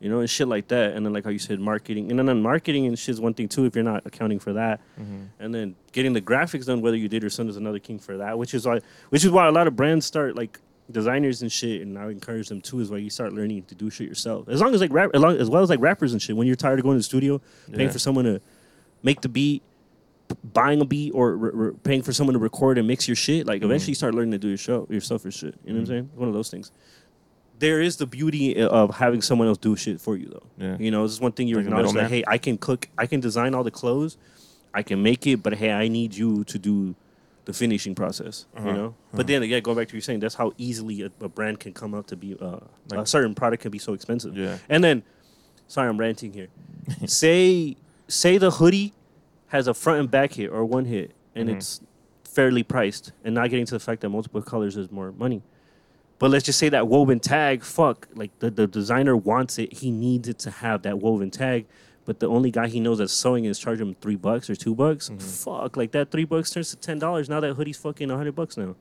you know, and shit like that. And then like how you said, marketing, and then on marketing and shit's one thing too if you're not accounting for that. And then getting the graphics done, whether you did or son is another king for that, which is why, which is why a lot of brands start like designers and shit, and I encourage them too. Is why you start learning to do shit yourself. As long as like rap, as, long, as well as like rappers and shit. When you're tired of going to the studio, paying
Yeah.
for someone to make the beat buying a beat or re- re- paying for someone to record and mix your shit,
Mm-hmm.
like eventually you start learning to do your show yourself or shit. You know what I'm saying? One of those things. There is the beauty i- of having someone else do shit for you though.
Yeah.
You know, this is one thing you
Like a
acknowledge that
middleman.
hey, I can cook, I can design all the clothes, I can make it, but hey, I need you to do the finishing process.
Uh-huh.
You know. But then again, going back to what you're saying, that's how easily a, a brand can come out to be uh, a
Like-
certain product can be so expensive.
Yeah.
And then, sorry, I'm ranting here. say say the hoodie has a front and back hit or one hit, and
Mhm.
it's fairly priced, and not getting to the fact that multiple colors is more money. But let's just say that woven tag, fuck, like the, the designer wants it, he needs it to have that woven tag. But the only guy he knows that's sewing is charging him three bucks or two bucks. Fuck, like that three bucks turns to ten dollars. Now that hoodie's fucking hundred bucks now. You know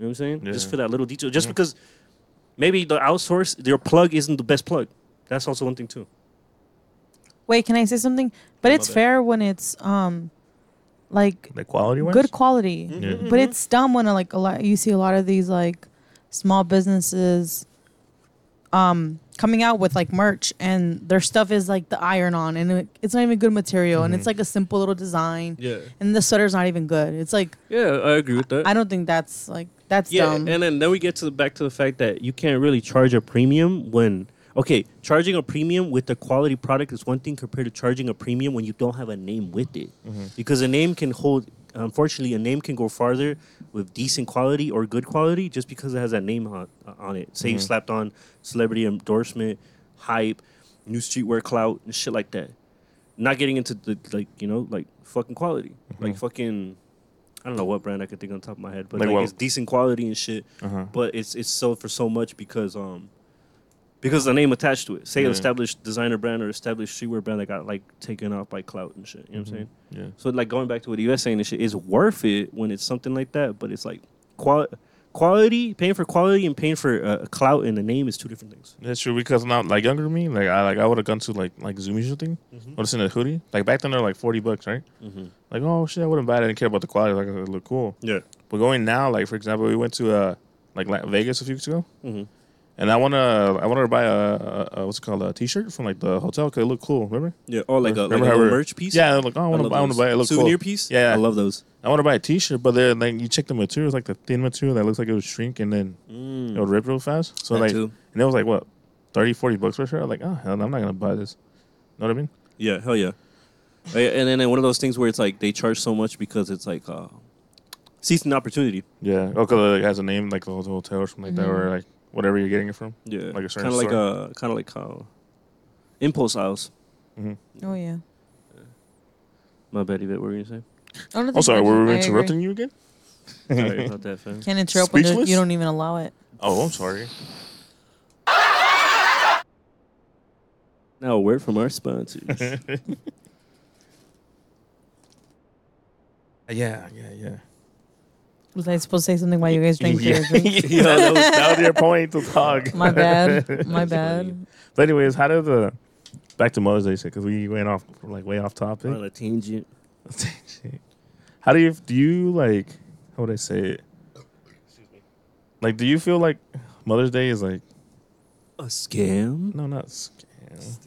what I'm saying? Just
Yeah.
for that little detail, just because maybe the outsource your plug isn't the best plug. That's also one thing too.
wait can i say something but
My
it's
bad.
fair when it's um like
The quality wise.
good
Mm-hmm.
quality
Yeah.
But it's dumb when like a lot you see a lot of these like small businesses um coming out with like merch and their stuff is like the iron on and it, it's not even good material and
Mm-hmm.
it's like a simple little design
Yeah.
and the sweater's not even good. It's like
Yeah, I agree with that.
I don't think that's like that's
yeah,
dumb.
and then, then we get to the, back to the fact that you can't really charge a premium when okay, charging a premium with a quality product is one thing compared to charging a premium when you don't have a name with it, because a name can hold. Unfortunately, a name can go farther with decent quality or good quality just because it has that name on, on it. Say you slapped on celebrity endorsement, hype, new streetwear clout, and shit like that. Not getting into the like you know like fucking quality,
Mm-hmm.
like fucking. I don't know what brand I could think on top of my head, but
Like
like,
what?
it's decent quality and shit.
Uh-huh.
But it's it's sold for so much because um because the name attached to it. Say
Yeah.
an established designer brand or established streetwear brand that got like taken off by clout and shit.
Mm-hmm.
You know what I'm saying?
Yeah.
So like going back to what you were saying, and shit is worth it when it's something like that. But it's like qual quality, paying for quality and paying for uh, clout and the name is two different things.
That's true because now, like younger me, like I like I would have gone to like like Zoomies or something. Would have seen a hoodie. Like back then, they're like forty bucks, right? Like oh shit, I wouldn't buy it. I didn't care about the quality. Like it looked cool.
Yeah.
But going now, like for example, we went to uh like La- Vegas a few weeks ago,
Mhm.
and I wanna I wanted to buy a, a, a what's it called a T-shirt from like the hotel because it looked cool. Remember?
Yeah. Or like a, like a
Remember how
little
we're-
merch piece.
Yeah, I'm like oh, I want to
love
I want to
those.
buy it. it looks
souvenir
cool.
piece.
Yeah, yeah.
I love those.
I want to buy a T-shirt, but then like you check the material, it's like the thin material that looks like it would shrink and then it would rip real fast. Mm. So
That
like,
too.
and it was like what 30, 40 bucks for a shirt. I'm like oh hell, no, I'm not gonna buy this. Know what I mean?
Yeah, hell yeah. Uh, yeah, And then uh, one of those things where it's like they charge so much because it's like uh, season opportunity.
Yeah. Oh, because it has a name, like the whole hotel or something like that,
Mm-hmm.
or like whatever you're getting it from.
Yeah,
Like a certain
kind of like
store.
uh kind of like how impulse aisles.
Mm-hmm.
oh yeah.
My bad, Yvette. What were you gonna
I don't think
Oh, sorry,
that's-
were we
I
interrupting
agree.
you again?
say? Sorry about that, fam.
Can't interrupt when there-
Speechless?
you don't even allow it.
Oh, I'm sorry.
Now a word from our sponsors.
Uh, Yeah, yeah, yeah.
Was I supposed to say something while you guys drink your drink?
yeah, that was, that was your point to talk.
My bad. My bad.
But anyways, how did the back to Mother's Day shit? Because we went off like way off topic.
On a tangent.
Shit. how do you do you like? How would I say it? Like, do you feel like Mother's Day is like
A scam.
no, not scam.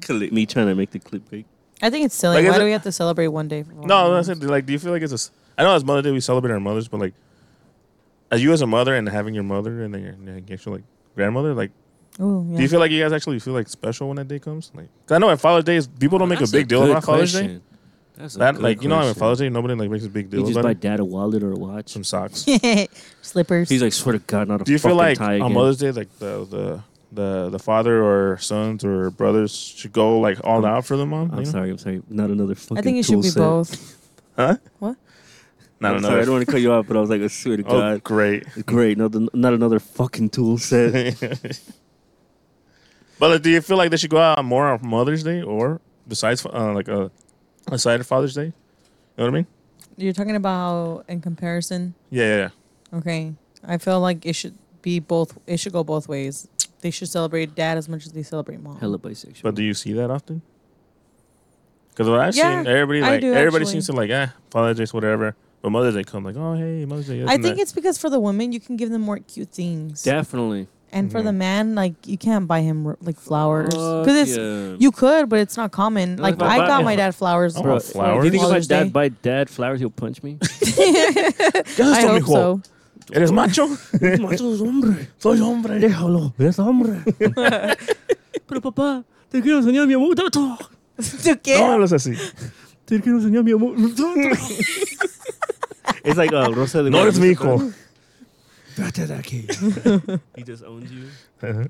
Clip me trying to make the clip big.
I think it's silly.
Like, is
Why do
it-
we have to celebrate one day? For
No, that's it. Like, do you feel like it's a? s- I know as Mother Day we celebrate our mothers, but like, as you as a mother and having your mother and then your, your actual like grandmother, like,
Ooh, yeah.
do you feel like you guys actually feel like special when that day comes? Like, 'cause I know at Father's Day is people don't make a big deal about Father's Day.
That's a
That
good
like you know how at
question.
Father's Day nobody like makes a big
You
deal
just
about
buy
it.
dad a wallet or a watch.
Some socks.
Slippers.
He's like, swear to God, not a
do you feel
fucking
like
tie
on
again.
Mother's Day like the the the, the father or sons or brothers should go like all out for the mom?
I'm
you know?
sorry, I'm sorry. Not another fucking.
I think it
tool
should be
set.
both.
Huh?
What?
Not
I'm
another.
Sorry, I don't want to cut you off, but I was like, I swear to
oh,
God.
great.
Great, not, not another fucking tool set.
But like, do you feel like they should go out more on Mother's Day or besides uh, like uh, aside of Father's Day? You know what I mean?
You're talking about in comparison.
Yeah, yeah, yeah.
Okay. I feel like it should be both. It should go both ways. They should celebrate dad as much as they celebrate mom.
Hella bisexual.
But do you see that often? Because what I've
Yeah,
seen, everybody
I
like
do,
everybody
actually.
seems to like eh Father's Day's whatever, but Mother's Day come like oh hey Mother's Day.
I think it's because for the woman, you can give them more cute things,
Definitely.
and for the man, like you can't buy him r- like flowers
Mm-hmm. Fuck
because it's
yeah.
you could, but it's not common.
No,
Like
if I
I
buy-
got
if
my
I-
dad flowers.
I
for-
want
for
flowers.
Do you think if I
Father's Day.
dad buy dad flowers, he'll punch me?
I hope so.
Eres macho.
Soy hombre. Déjalo. Es hombre. Pero papá, te quiero enseñar mi amor.
¿Tú qué?
No hablas así.
Te quiero enseñar mi amor. It's like
uh,
a Rosa de
No eres mi hijo.
Vete de aquí. he just owns you.
Uh-huh.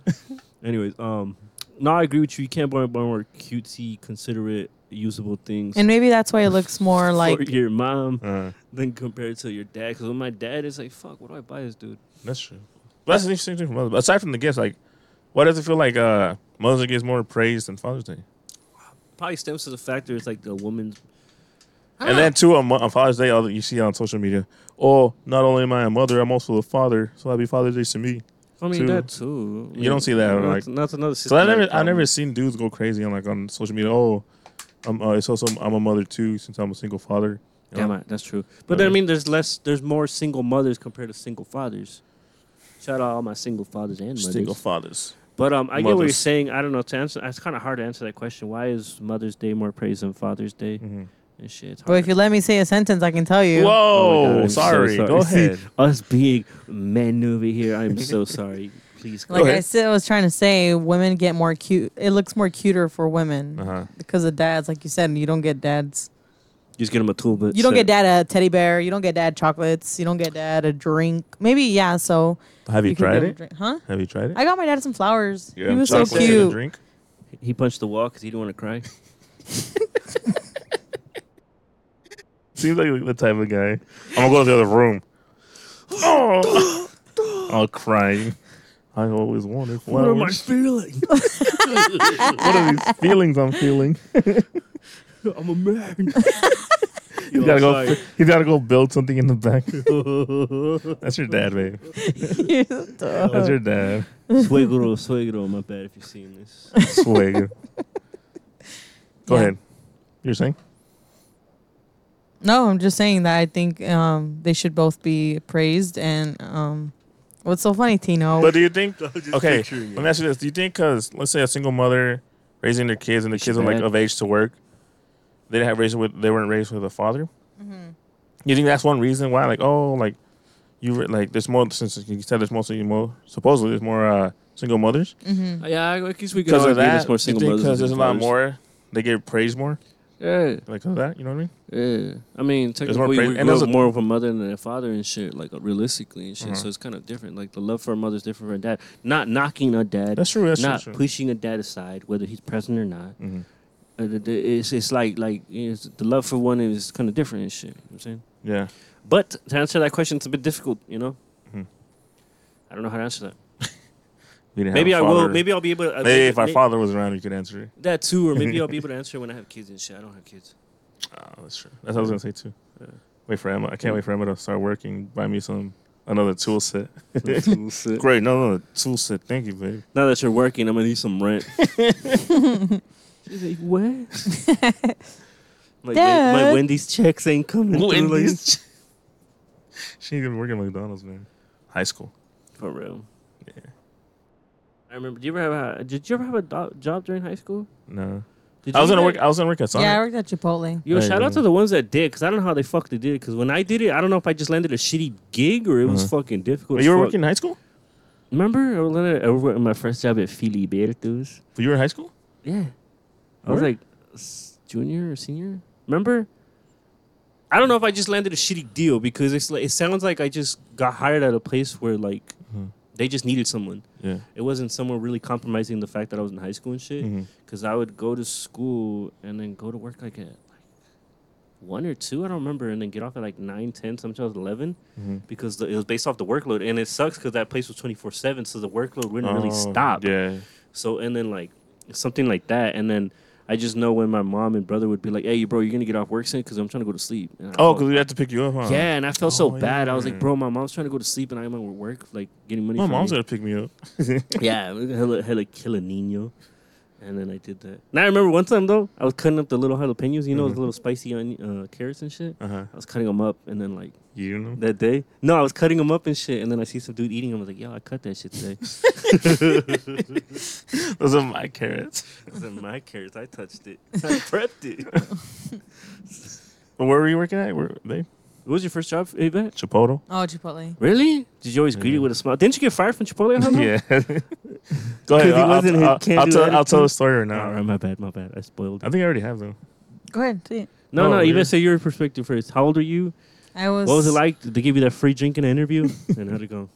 Anyways, um, no, I agree with you. You can't buy buy more cutesy, considerate, usable things.
And maybe that's why it looks more
for
like
your mom
Uh,
than compared to your dad. Because with my dad, it's like, fuck, what do I buy this dude?
that's true. But that's an interesting thing for Mother's. Aside from the gifts, like why does it feel like uh, Mother's Day gets more praise than Father's Day?
Probably stems to the factor it's like the woman's.
And
Ah.
then too on, Mo- on Father's Day, all that you see on social media, oh, not only am I a mother, I'm also a father, so happy Father's Day to me.
I mean
Too.
that too. I mean,
don't see that,
Not,
like-
not another.
So I never,
systematic
I
um,
never
problem.
seen dudes go crazy on like on social media. Oh, I'm uh, it's also I'm a mother too, since I'm a single father. You
Damn
know?
it, that's true. But then, I
Okay.
mean, there's less, there's more single mothers compared to single fathers. Shout out all my single fathers and mothers.
Single fathers.
But um, I get what you're
Mothers.
saying. I don't know to answer. It's kind of hard to answer that question. Why is Mother's Day more praised than Father's Day
Mhm.
and shit? It's
Well, if
hard.
you let me say a sentence, I can tell you.
Oh my
Whoa,
God, I'm so
sorry. Go
See,
ahead.
us being men over here, I'm so sorry. Please go
Like
ahead.
I said, I was trying to say, women get more cute. It looks more cuter for women
Uh-huh.
because of dads, like you said. You don't get dads.
Just get him a tool, but
You don't get
set-
dad a teddy bear. You don't get dad chocolates. You don't get dad a drink. Maybe yeah. So
Have you,
could give
tried
him a
it?
drink. Huh?
Have you tried it?
I got my dad some flowers.
Yeah,
he was so
chocolate and a
cute.
Drink?
He punched the wall because he didn't want to cry.
Seems like the type of guy. I'm gonna go to the other room. Oh, I'll cry. I always wanted flowers.
feeling?
What are these feelings I'm feeling?
I'm a man.
He's gotta go. He's gotta go build something in the back. That's your dad, babe.
He's adorable.
That's your dad.
Suegro, suegro. My bad if you're seeing this.
Swag. Go
Yeah.
ahead. You're saying?
No, I'm just saying that I think um, they should both be praised. And um, what's so funny, Tino?
But do you think? Okay, let
picturing it.
me ask you this: Do you think, because let's say a single mother raising their kids and the
She
kids are like
bad.
of age to work, they didn't have raised with they weren't raised with a father.
Mm-hmm.
You think that's one reason why? Like, oh, like you were like there's more since you said there's mostly more supposedly there's more uh, single mothers
mm-hmm.
yeah, I guess we can
because
all
of
agree
that.
there's more
you
single
think
mothers
because
than
there's a lot
fathers.
more, they get praised more
Yeah,
like of that. You know what I mean?
yeah. I mean,
more
technically,
praise-
we
and
grew
there's
up
a-
more of a mother than a father and shit. Like uh, realistically and shit.
Mhm.
So it's kind of different. Like the love for a mother is different from a dad. Not knocking a dad.
That's true. That's
not
true.
pushing a dad aside, whether he's present or not.
true. Mhm.
Uh, the- the- It's, it's like like it's, the love for one is kind of different and shit. You know what I'm saying,
Yeah.
but to answer that question, it's a bit difficult. You know,
Mhm.
I don't know how to answer that.
We didn't have
maybe
a
I will.
father.
Maybe I'll be able. To, uh,
Maybe if our
may-
father was around, you could answer it.
that too, or maybe I'll be able to answer it when I have kids and shit. I don't have kids.
Oh, that's true. That's what I was gonna say too.
Yeah.
Wait for Emma. I can't wait for Emma to start working. Buy me some another tool set.
now
Great, no, no, tool set. Thank you, babe.
that you're working, I'm gonna need some rent. She's like, what? my, Wen- my
Dad.
Wendy's checks ain't coming. through, like-
she ain't even working at McDonald's, man. High school.
For real.
Yeah.
I remember. Do you ever have? A, did you ever have a do- job during high school?
No,
Did
I was
you
gonna
ever-
work. I was gonna work at Sonic.
yeah, I worked at Chipotle.
Yo,
Hey,
shout out
man.
to the ones that did, because I don't know how they fuck they did it. Because when I did it, I don't know if I just landed a shitty gig or it was
Uh-huh.
fucking difficult.
But
as
you were
fuck.
working in high school.
Remember, I landed I worked at my first job at Filiberto's.
But you were in high school.
Yeah, I was
Where?
like s- junior or senior. Remember, I don't know if I just landed a shitty deal because it's like, it sounds like I just got hired at a place where like
Mhm.
they just needed someone.
Yeah.
It wasn't someone really compromising the fact that I was in high school and shit.
hmm
because I would go to school and then go to work like at like one or two, I don't remember, and then get off at like nine, ten, sometimes eleven,
hmm
because the, it was based off the workload, and it sucks because that place was twenty four seven, so the workload wouldn't really stop.
Oh, Yeah.
So and then like something like that, and then I just know when my mom and brother would be like, "Hey, bro, you're gonna get off work soon because I'm trying to go to sleep." And I
Oh,
felt-
because we had to pick you up, huh?
yeah, and I felt so
Oh,
bad. I was
yeah.
like, "Bro, my mom's trying to go to sleep, and I'm at work, like getting money."
My
from
mom's
you."
gonna pick me up.
Yeah, hella, hella killer nino. And then I did that. Now I remember one time though, I was cutting up the little jalapenos, you know,
Mhm.
those little spicy onion, uh, carrots and shit.
Uh huh.
I was cutting them up, and then like
You know.
that day, no, I was cutting them up and shit, and then I see some dude eating them. I was like, yo, I cut that shit today.
Those are my carrots.
Those are my carrots. I touched it. I prepped it.
But
What
where were you working at? Where they?
was your first job, Yvette?
Chipotle.
Oh, Chipotle.
Really? Did you always greet it
Mhm.
with a smile? Didn't you get fired from Chipotle? or something?
yeah. Go ahead.
Uh-huh. he
I'll,
wasn't his-
I'll, I'll,
can't
I'll
do
tell, I'll tell
anything.
a story right now.
All right, my bad, my bad. I spoiled
I
it.
think I already have though.
Go ahead. See it.
No,
No,
no,
you're-
Yvette, say your perspective first. How old are you?
I was.
What was it like? Did they give you that free drink in the interview? and how'd it go?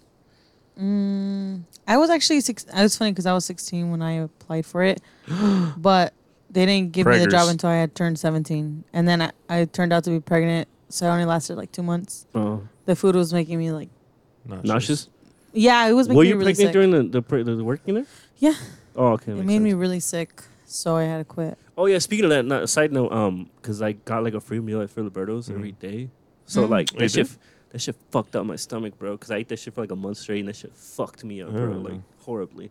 Mm, I was actually six. I was funny because I was 16 when I applied for it, but they didn't give me the job
Preggers.
until I had turned 17, and then I, I turned out to be pregnant, so I only lasted like two months.
Oh.
The food was making me like,
Nauseous?
yeah, it was making
Were
me
you
really
pregnant
sick.
during the, the, pre- the working there?
Yeah.
Oh, okay.
it
makes
made me
sense.
really sick, so I had to quit.
Oh, yeah. Speaking of that, not, side note, um, because I got like a free meal at Filiberto's every
Mm-hmm.
day. So,
Mhm.
like,
Oh, you
that shit,
did?
that shit fucked up my stomach, bro. Because I ate that shit for like a month straight and that shit fucked me up, bro.
Oh.
Like, horribly.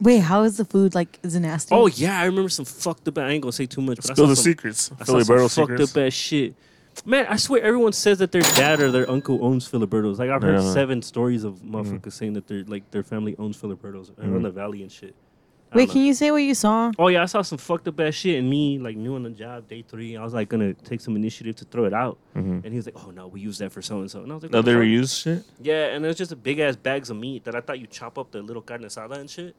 Wait, how is the food like? Is it nasty?
Oh, yeah. I remember some fucked up, I ain't gonna say too much, but I
Spill
saw
the
some,
secrets.
I
Philly
saw some
Burrow
fucked
secrets.
up ass shit. Man, I swear everyone says that their dad or their uncle owns Filibertos. Like I've heard
Yeah. Mm.
seven stories of motherfuckers saying that their like their family owns Filibertos around the valley and shit. I
Wait,
don't know.
can you say what you saw?
Oh yeah, I saw some fucked up ass shit, and me like new on the job day three, I was like gonna take some initiative to throw it out,
Mm-hmm.
and he was like, "Oh no, we use that for so and so," and I was like,
No,
"What the
they
fuck?"
reuse shit.
Yeah, and it was just a big ass bags of meat that I thought you chop up the little carne asada and shit,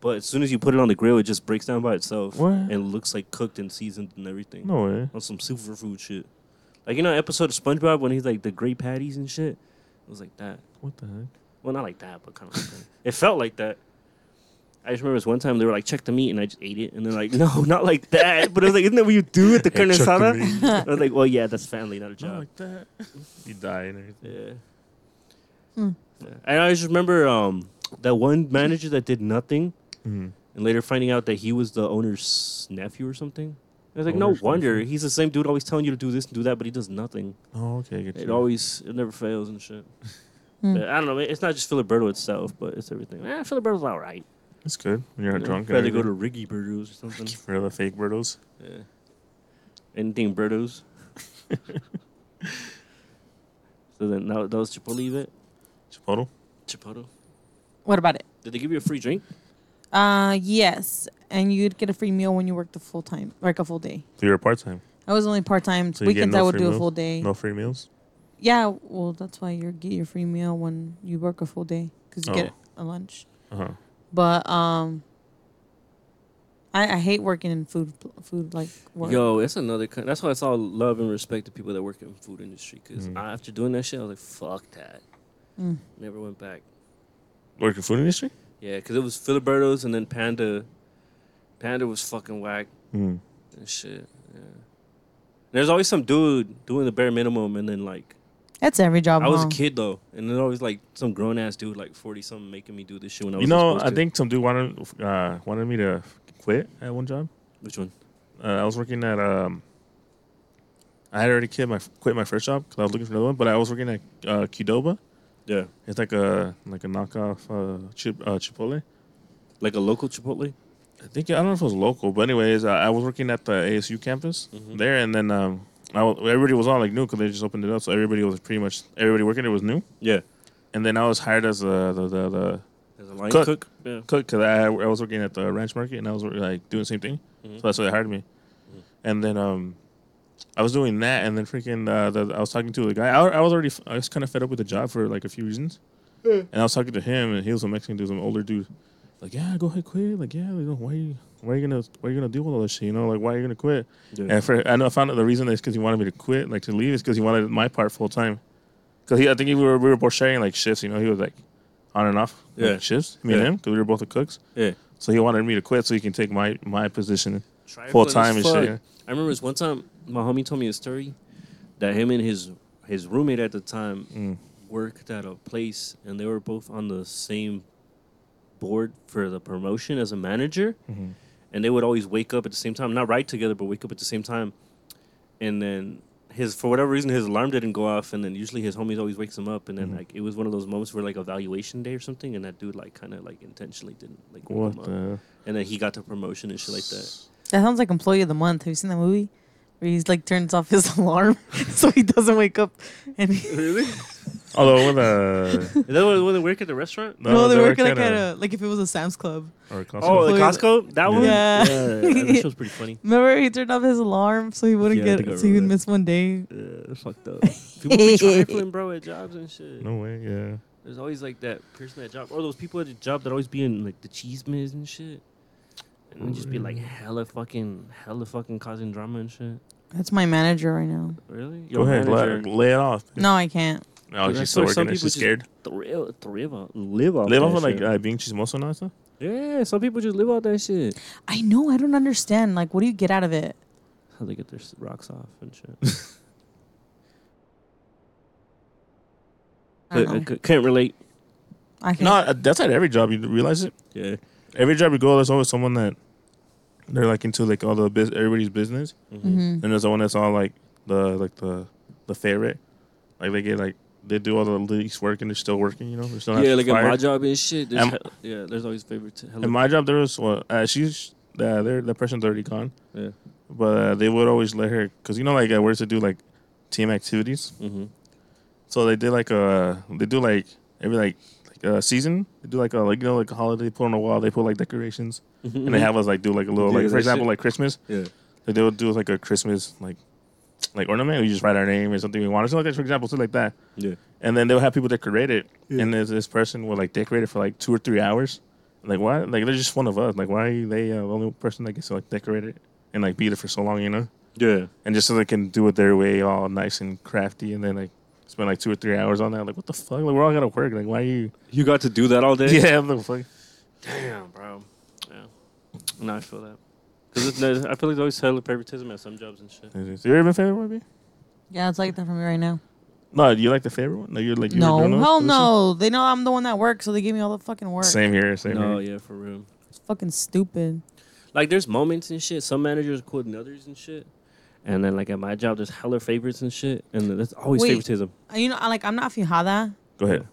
but as soon as you put it on the grill, it just breaks down by itself
Mm-hmm. What?
and looks like cooked and seasoned and everything
No way.
on some superfood shit. Like you know, episode of SpongeBob when he's like the great patties and shit. It was like that.
What the heck?
Well, not like that, but kind of like that. It felt like that. I just remember this one time they were like, check the meat, and I just ate it. And they're like, no, not like that. But I was like, isn't that what you do with the carne
check the
asada?
meat.
I was like, well, yeah, that's family, not a job.
Not like that. You die and everything.
yeah. Yeah. And I just remember um, that one manager that did nothing
Mhm.
and later finding out that he was the owner's nephew or something. I was like, no
Owner's
wonder.
nephew.
He's the same dude always telling you to do this and do that, but he does nothing.
Oh, okay. I get
It
you.
always it never fails and shit.
Hmm.
But I don't know. man, It's not just Filiberto itself, but it's everything. Eh, Filiberto's all right.
It's good when you're not
you know,
drunk. and
Rather go to
everything.
Riggy Birdos or something.
for the fake burritos.
yeah. Anything Birdos. so then now that was Chipotle event.
Chipotle.
Chipotle.
What about it?
Did they give you a free drink?
Uh, yes, and you'd get a free meal when you worked a full time, like a full day.
So you're part time.
I was only part time.
So you get
Weekends
no
I would
free
do a
meal?
full day.
No free meals.
Yeah, well, that's why you get your free meal when you work a full day because you get
Oh.
a lunch.
Uh huh.
But um, I, I hate working in food food like work.
Yo, it's another. Con- that's why it's all love and respect to people that work in food industry. Because
Mhm.
after doing that shit, I was like, fuck that.
Mm.
Never went back.
Work in food industry.
Yeah, because it was Filiberto's and then Panda. Panda was fucking whack. Mm-hmm.
Mm.
and shit. Yeah. There's always some dude doing the bare minimum, and then like
That's every job.
I was a
huh?
kid though, and there's always like some grown ass dude like forty something making me do this shit when I was.
You know,
supposed
I
to.
think some dude wanted uh, wanted me to quit at one job.
which one?
Uh, I was working at um. I had already quit my quit my first job because I was looking for another one, but I was working at uh, Qdoba.
Yeah,
It's like a like a knockoff uh, chip, uh, Chipotle.
like a local Chipotle.
I think I don't know if it was local, but anyways, I, I was working at the ASU campus
Mhm.
there, and then um, I wa- everybody was all like new because they just opened it up, so everybody was pretty much everybody working there was new.
Yeah,
And then I was hired as a, the the, the
as a line cook.
Cook.
Yeah,
cook because I, I was working at the ranch market and I was like doing the same thing,
Mhm.
so that's why they hired me.
Mm-hmm.
And then um, I was doing that, and then freaking uh, the, I was talking to the guy. I, I was already f- I was kind of fed up with the job for like a few reasons, and I was talking to him, and he was a Mexican dude, some older dude. Like yeah, go ahead, quit. Like yeah, you know, why you why you gonna why you gonna deal with all this shit? You know, like why you gonna quit?
yeah.
And for I know I found out the reason is because he wanted me to quit, like to leave, is because he wanted my part full time. Because I think we were we were both sharing like shifts. You know, he was like on and off like,
Yeah.
shifts. Me
Yeah.
and him, because we were both the cooks.
yeah.
So he wanted me to quit so he can take my my position
Trifling
full
as
time and
fuck.
shit.
I remember this one time my homie told me a story that him and his his roommate at the time
Mm.
worked at a place and they were both on the same board for the promotion as a manager
Mm-hmm.
and they would always wake up at the same time not ride together but wake up at the same time and then his for whatever reason his alarm didn't go off and then usually his homies always wakes him up and
Mm-hmm.
then like it was one of those moments where like evaluation day or something and that dude like kind of like intentionally didn't like wake
What
him up
the?
and then he got the promotion and shit like that
That sounds like Employee of the Month. Have you seen that movie? Where he's like turns off his alarm so he doesn't wake up. And he,
really
Although with a
Is that when when they work at the restaurant?
no, they work like at a, like if it was a Sam's Club.
or a Costco.
Oh, the
Employee-
Costco? That one?
Yeah.
yeah that show's pretty funny.
Remember he turned off his alarm so he wouldn't
Yeah, I think I
get so he would
remember that.
miss one day.
Yeah, fucked up. People be trifling, bro, at jobs and shit.
no way, yeah.
There's always like that person at job, or those people at the job that always be in like the cheese miz and shit, and then just be like hella fucking, hella fucking causing drama and shit.
That's my manager right now.
Really?
Go ahead, lay,
manager-
lay it off. Oh,
No, I can't.
No,
I
she's still
swear some
working. there.
people
She's
just
scared.
thrill- thrill off- live off.
Live
that
off of like
shit.
uh, being chismoso and all that stuff.
yeah, some people just live off that shit.
I know. I don't understand. Like, what do you get out of it?
How they get their s- rocks off and shit.
I don't
I
know.
c- can't relate.
I can't.
No, uh, that's at every job. You realize it.
Yeah.
Every job you go, there's always someone that they're like into like all the bus everybody's business,
Mm-hmm.
Mhm.
and there's the one that's all like the like the the favorite. Like they get like they do all the least work and they're still working. You know, they're still not
Yeah, like at my
fired.
job and shit. There's
Am-
hell- yeah, there's always favorites. Hella,
At my job, there was well, uh, she's uh, there. The person's already gone,
yeah.
but uh, they would always let her because you know, like at work to do like team activities.
Mm-hmm.
So they did like a they do like every like like a season they do like a like you know like a holiday they put on a wall they put like decorations and they have us like do like a little
Mm-hmm, Yeah,
like
that
for example
shit.
like Christmas
yeah.
like they would do like a Christmas like like ornament. We just write our name or something we want or something like that, for example, something like that.
Yeah.
And then they'll have people decorate it,
Yeah.
and there's this person will like decorate it for like two or three hours. Like why? Like they're just one of us. Like why are they uh, the only person that gets to like decorate it and like beat it for so long, you know?
Yeah.
And just so they can do it their way, all nice and crafty, and then like spend like two or three hours on that. Like what the fuck? Like we're all gotta work. Like why are you?
You got to do that all day?
Yeah, what the fuck.
Damn, bro. Yeah. No, I feel that. Because I feel like there's always hella favoritism at some jobs and shit.
Is it- You ever been favorite one? B?
Yeah, it's like that for me right now.
No, you like the favorite one? No, you're like you
no,
were doing those-
hell
those
no. They know I'm the one that works, so they give me all the fucking work.
ones? Same here. Same here.
No, yeah, for real.
It's fucking stupid.
Like, there's moments and shit. Some managers are cooler than others and shit. And then, like, at my job, there's hella favorites and shit. And there's always
Wait.
favoritism.
Uh, You know, I like I'm not fijada,
Go ahead.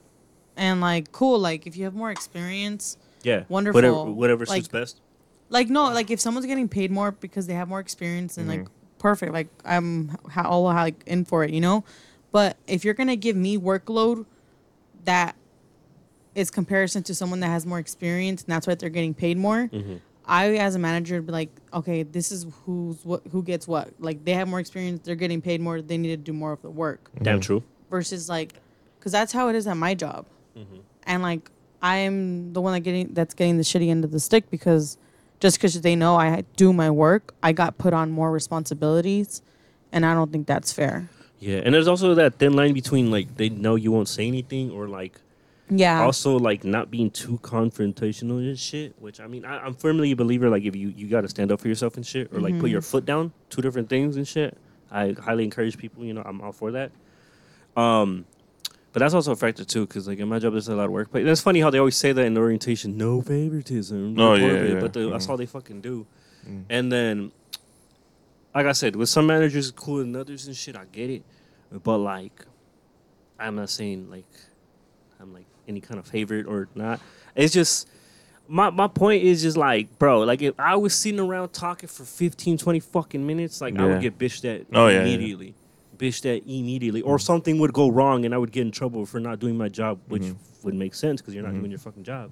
and like cool. Like if you have more experience,
Yeah.
Wonderful.
Whatever, whatever
Like-
suits best.
like no, like if someone's getting paid more because they have more experience, and like
Mm-hmm.
perfect. Like I'm how all like in for it, you know. But if you're gonna give me workload that is comparison to someone that has more experience, and that's why they're getting paid more.
Mm-hmm.
I, as a manager, would be like, okay, this is who's what, who gets what. Like they have more experience, they're getting paid more, they need to do more of the work.
Mm-hmm.
Damn true.
versus like because that's how it is at my job
Mm-hmm.
and like i'm the one that getting that's getting the shitty end of the stick because just because they know i do my work i got put on more responsibilities and i don't think that's fair
Yeah. And there's also that thin line between, like, they know you won't say anything or, like,
yeah
also like not being too confrontational and shit which i mean I, i'm firmly a believer like if you you got to stand up for yourself and shit or like put your foot down two different things and shit i highly encourage people you know i'm all for that um but that's also a factor too because like in my job there's a lot of work but that's funny how they always say that in orientation no favoritism no
Oh,
part of
yeah,
it,"
yeah. Mm.
but the, that's
Mhm.
all they fucking do and then like i said with some managers cooler than others and shit i get it but like i'm not saying like I'm like any kind of favorite or not. It's just my my point is just like, bro, like if I was sitting around talking for 15, 20 fucking minutes, like I would
Yeah.
get bitched at
Oh, yeah, yeah, yeah.
immediately. Bitched at immediately. Or something would go wrong and I would get in trouble for not doing my job, which
Mm-hmm.
would make sense because you're not doing your fucking job.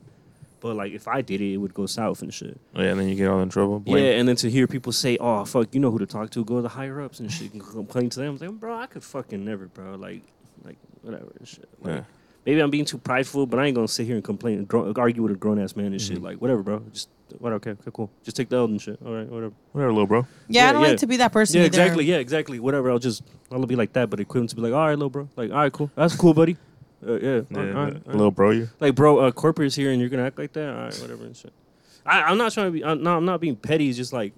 But like if I did it, it would go south and shit.
Oh, yeah, and then you get all in trouble. Blame-
Yeah, and then to hear people say, "Oh fuck, you know who to talk to? Go to the higher ups and shit, and complain to them." I'm like, bro, I could fucking never, bro. Like, like whatever and shit. Like,
Yeah.
Maybe I'm being too prideful, but I ain't gonna sit here and complain and gro- argue with a grown ass man and shit. Like, whatever, bro. Just whatever. Okay, okay, cool. Just take the L and shit. All right, whatever.
Whatever, little bro.
yeah,
yeah,
i don't
yeah.
like to be that person
Yeah,
either.
exactly. Yeah, exactly. Whatever. I'll just I'll be like that, but equivalent to be like, all right, little bro. Like, all right, cool. That's cool, buddy. Uh, yeah, all right, all right, all right.
Little bro, you.
Like, bro, uh, corporate's here and you're gonna act like that. All right, whatever and shit. I, I'm not trying to be. I'm, no, I'm not being petty. It's just like,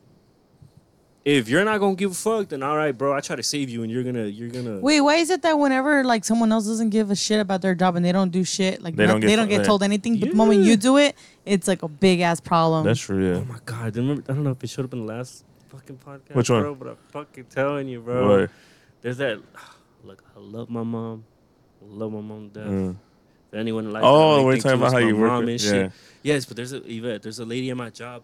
if you're not gonna give a fuck, then all right, bro. I try to save you, and you're gonna, you're gonna.
wait why is it that whenever like someone else doesn't give a shit about their job and they don't do shit like
They
no-
don't get-
they don't get
yeah.
told anything but the moment
Yeah.
you do it it's like a big ass problem
That's true, yeah.
Oh my god! I remember, I don't know if it showed up in the last fucking podcast,
Which one?
bro. But I'm fucking telling you, bro.
What?
There's that. Look, I love my mom. I love my mom to death.
Mm.
If anyone likes
Oh, we're talking about how you work
mom
with-
and
yeah.
shit. Yes, but there's a Yvette, there's a lady at my job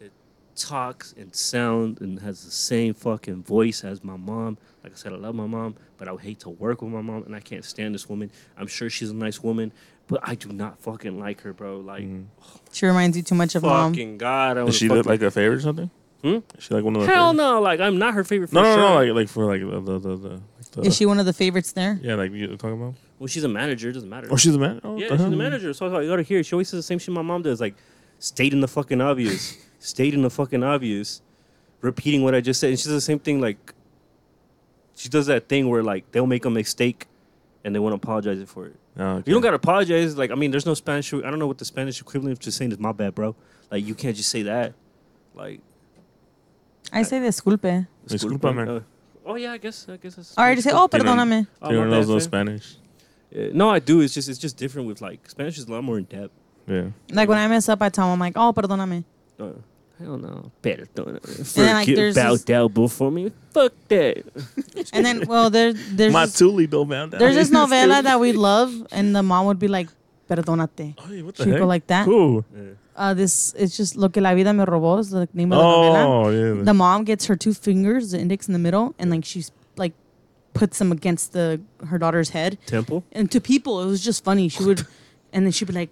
that talks and sounds and has the same fucking voice as my mom. Like I said, I love my mom, but I would hate to work with my mom, and I can't stand this woman. I'm sure she's a nice woman, but I do not fucking like her, bro. Like,
she reminds you too much of mom
fucking god, I
Mm. Does
was
she look like a favorite or something?
Hmm?
Is she like one of the
hell
favorites?
no. Like, I'm not her favorite. For
No, no,
sure.
no, like, like for like the the the. the, the
is she one of the favorites there
yeah, like you talking about.
well, she's a manager. It doesn't matter.
Oh, she's a man. Oh,
Yeah,
the
she's
hell?
the manager. So I was like, you gotta hear. She always says the same shit my mom does. Like, state in the fucking obvious. state in the fucking obvious. Repeating what I just said. And she does the same thing. Like, she does that thing where, like, they'll make a mistake and they won't apologize for it.
Oh, okay.
You don't gotta apologize. Like, I mean, there's no Spanish. I don't know what the Spanish equivalent of just saying is my bad, bro. Like, you can't just say that. Like,
i say disculpe
Disculpa,
"Disculpa."
man.
Uh, oh, yeah, I guess. I guess that's.
Or I just say, oh,
You know,
perdóname.
Oh,
Everyone
my
knows
bad,
no
fam.
Spanish.
Uh, no, I do. It's just it's just different with like Spanish is a lot more in depth.
Yeah.
Like when I mess up, I tell him, I'm like, oh, perdóname.
Uh, I don't know. Better don't.
then, like, there's
about
this-
that before me. Fuck that.
And then, well, there, there's
My
this,
tuli though, man.
there's this novela that we love, and the mom would be like, perdónate.
Hey, Oh, what the
She'd go
heck?
like that.
Cool.
Uh, this, it's just Lo que la vida me robó is the name of the novela.
Oh, yeah.
The mom gets her two fingers, the index in the middle, and like she's like puts them against the her daughter's head.
Temple.
And to people, it was just funny. She would, and then she'd be like,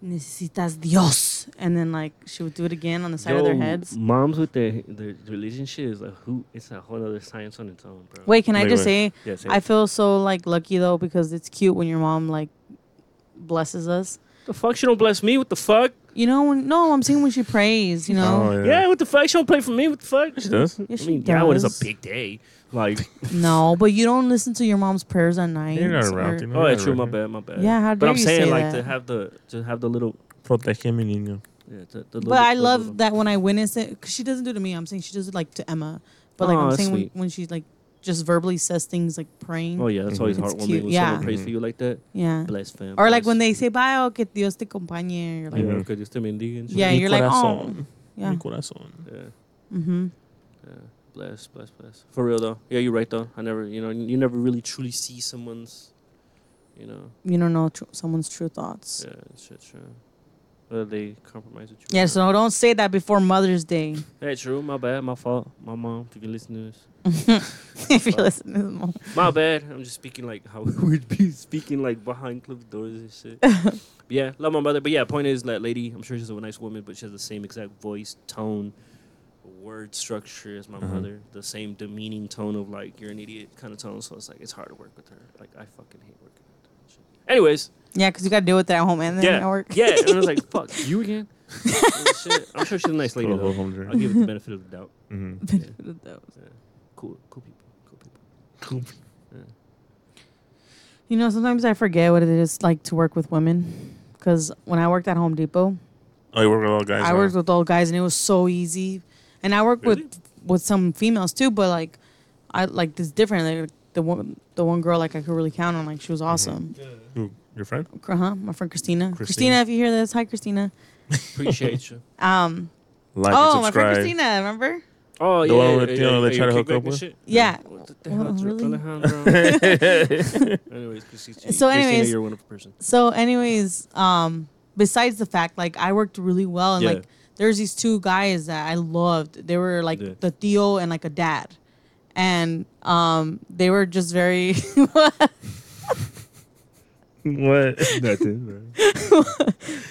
"Necesitas Dios," and then like she would do it again on the side of their
Yo,
heads.
Moms with their their religion shit is like who? It's a whole other science on its own, bro.
Wait, can I
Wait,
just
wait.
say
Yeah, say
I
it.
feel so like lucky though because it's cute when your mom like blesses us.
the fuck? She don't bless me. What the fuck?
You know, when, no, I'm saying when she prays. You know,
Oh,
Yeah, what the fuck? She don't play for me. What the fuck?
She does.
Yeah,
I
she
mean, yeah, when it's
does.
a big day, like
no, but you don't listen to your mom's prayers at night.
You're not around.
or-
you know,
oh,
you're
yeah,
not
true. My
around.
bad, my bad.
Yeah, how
but
dare
I'm
you
saying
say
like to
that.
have the to have the little.
Protégeme, niño.
Yeah, the, the little
But I
the little-
love that when I witness it, because she doesn't do it to me. I'm saying she does it like to Emma. But like
Aw,
I'm
that's
saying when,
sweet.
when she like just verbally says things like praying.
Oh yeah, that's always
It's
heartwarming
cute,
when
yeah.
someone prays for you like that.
Yeah.
Bless fam.
Or like
bless.
when they say bye, oh, que Dios te acompañe. You're
Yeah,
like,
because you're still mendigo and shit.
yeah,
Mi
you're like, oh,
corazón.
yeah.
Mi corazón.
Yeah.
Mm-hmm.
Yeah. Bless, bless, bless. For real though. Yeah, you're right though. I never, you know, you never really truly see someone's, you know,
You don't know tr- someone's true thoughts.
yeah, shit, sure. Whether they compromise with you.
Yeah.
or not.
so don't say that before Mother's Day
Hey, true. My bad. My fault. My mom. If you can listen to this.
if you listen to them. all.
My bad. I'm just speaking like how we'd be speaking like behind closed doors and shit. But yeah, love my mother. But yeah, point is that lady. I'm sure she's a nice woman, but she has the same exact voice, tone, word structure as my
Uh-huh.
mother. The same demeaning tone of like you're an idiot kind of tone. So it's like it's hard to work with her. Like I fucking hate working with her. and shit. Anyways,
Yeah, because you got to deal with that at home and then
yeah,
at work.
yeah. And I was like, fuck you again. And shit. I'm sure she's a nice lady
Put a whole
though.
hundred.
I'll give it the benefit of the doubt.
Mhm.
Yeah. Cool, cool people, cool people.
You know, sometimes I forget what it is like to work with women. Because when I worked at Home Depot,
Oh, you work with all guys.
I
huh?
worked with old guys and it was so easy. And I worked
Really?
with with some females too, but like I like it's different. Like the one the one girl like I could really count on, like she was awesome.
Who, your friend?
Uh-huh, my friend Christina. Christina.
Christina.
if you hear this, hi Christina.
Appreciate you.
Um
Like
oh,
and
my
subscribe.
friend Christina, remember?
Oh
The
yeah,
one
yeah,
with,
yeah,
you know,
yeah,
they try
yeah,
to hook
kickback
up
and
with?
shit?
Yeah.
What the
Well,
hell, it's
really?
Alejandro? anyways, Christina,
So anyways-
Christina, you're a wonderful person.
So anyways, um besides the fact like I worked really well and
Yeah.
like there's these two guys that I loved. They were like
Yeah.
the Theo and like a dad. And um they were just very
What?
Nothing.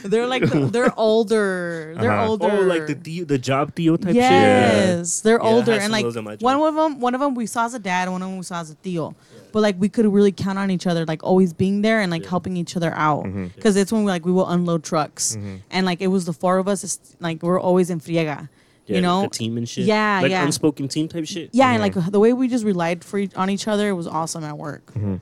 They're like the, they're older. They're
Uh-huh.
older.
deal, Oh, the job deal type
yes, they're
I had
older
some
and
of
like
those at my job.
one of them, one of them we saw as a dad, one of them we saw as a Theo. But like we could really count on each other, like always being there and like helping each other out.
Mm-hmm.
Because it's when we like we will unload trucks, and like it was the four of us. It's, like we're always in friega,
Yeah,
you know.
like a team Mm-hmm. and shit.
Yeah,
like
yeah.
unspoken team type shit.
Yeah, and like the way we just relied for each, on each other was awesome at work.
Mm-hmm.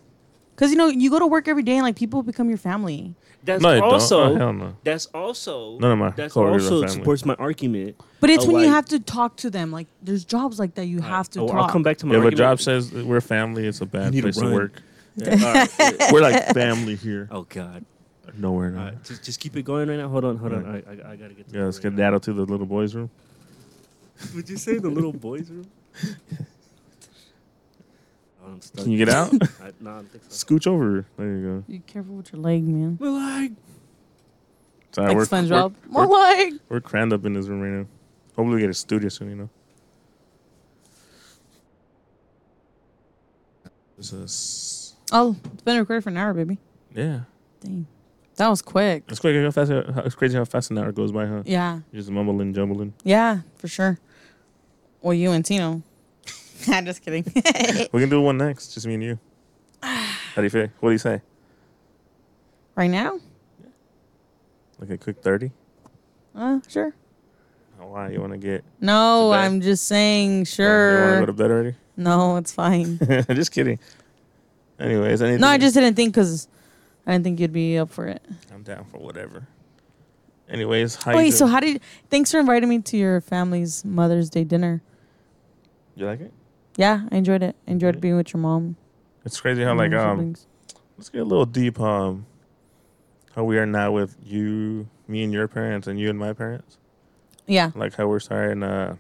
Cause you know you go to work every day and like people become your family.
That's
No, I don't.
also
Oh, hell no.
that's also
None of my
that's
coworkers are
also
family.
supports my argument.
But it's
of,
when you
Oh, like-
have to talk to them. Like there's jobs like that you have to
Oh,
talk.
I'll come back to my
If a
argument.
job says that we're family, it's a bad
need to
place to
run.
work.
Yeah, all right, yeah.
We're like family here.
oh god,
No, we're
all
not.
right, just just keep it going right now. Hold on, hold on. I, I, I gotta get. To
Yeah, let's
the
get that out to the little boys' room.
Would you say the little boys' room? Oh, I'm stuck.
Can you get out?
I, nah, I don't think so.
Scooch over. There you go.
You careful with your leg, man.
We're like,
Sorry,
Like
we're,
SpongeBob.
We're,
More
we're,
leg.
we're crammed up in this room right now. Hopefully, we get a studio soon. You know. This is
Oh, it's been recorded for an hour, baby.
yeah.
Dang, that was quick.
It's quick. How fast? How, it's crazy how fast an hour goes by, huh?
Yeah,
You're just mumbling, jumbling.
yeah, for sure. Well, you and Tino. I'm just kidding.
We can do one next. Just me and you. How do you feel? What do you say?
right now?
Like a quick thirty?
Uh, sure.
Why you want to get?
No,
To bed?
I'm just saying,
You want to
sure.
go to bed already?
no, it's fine.
just kidding. Anyways, anything.
no, I just didn't think because I didn't think you'd be up for it.
I'm down for whatever. Anyways, how
Wait,
you
so
doing?
how did? Thanks for inviting me to your family's Mother's Day dinner.
you like it?
Yeah, I enjoyed it. I enjoyed
Really?
being with your mom.
It's crazy how
and
like
your
um
siblings.
let's get a little deep um how we are now with you, me and your parents, and you and my parents.
Yeah,
Like how we're starting uh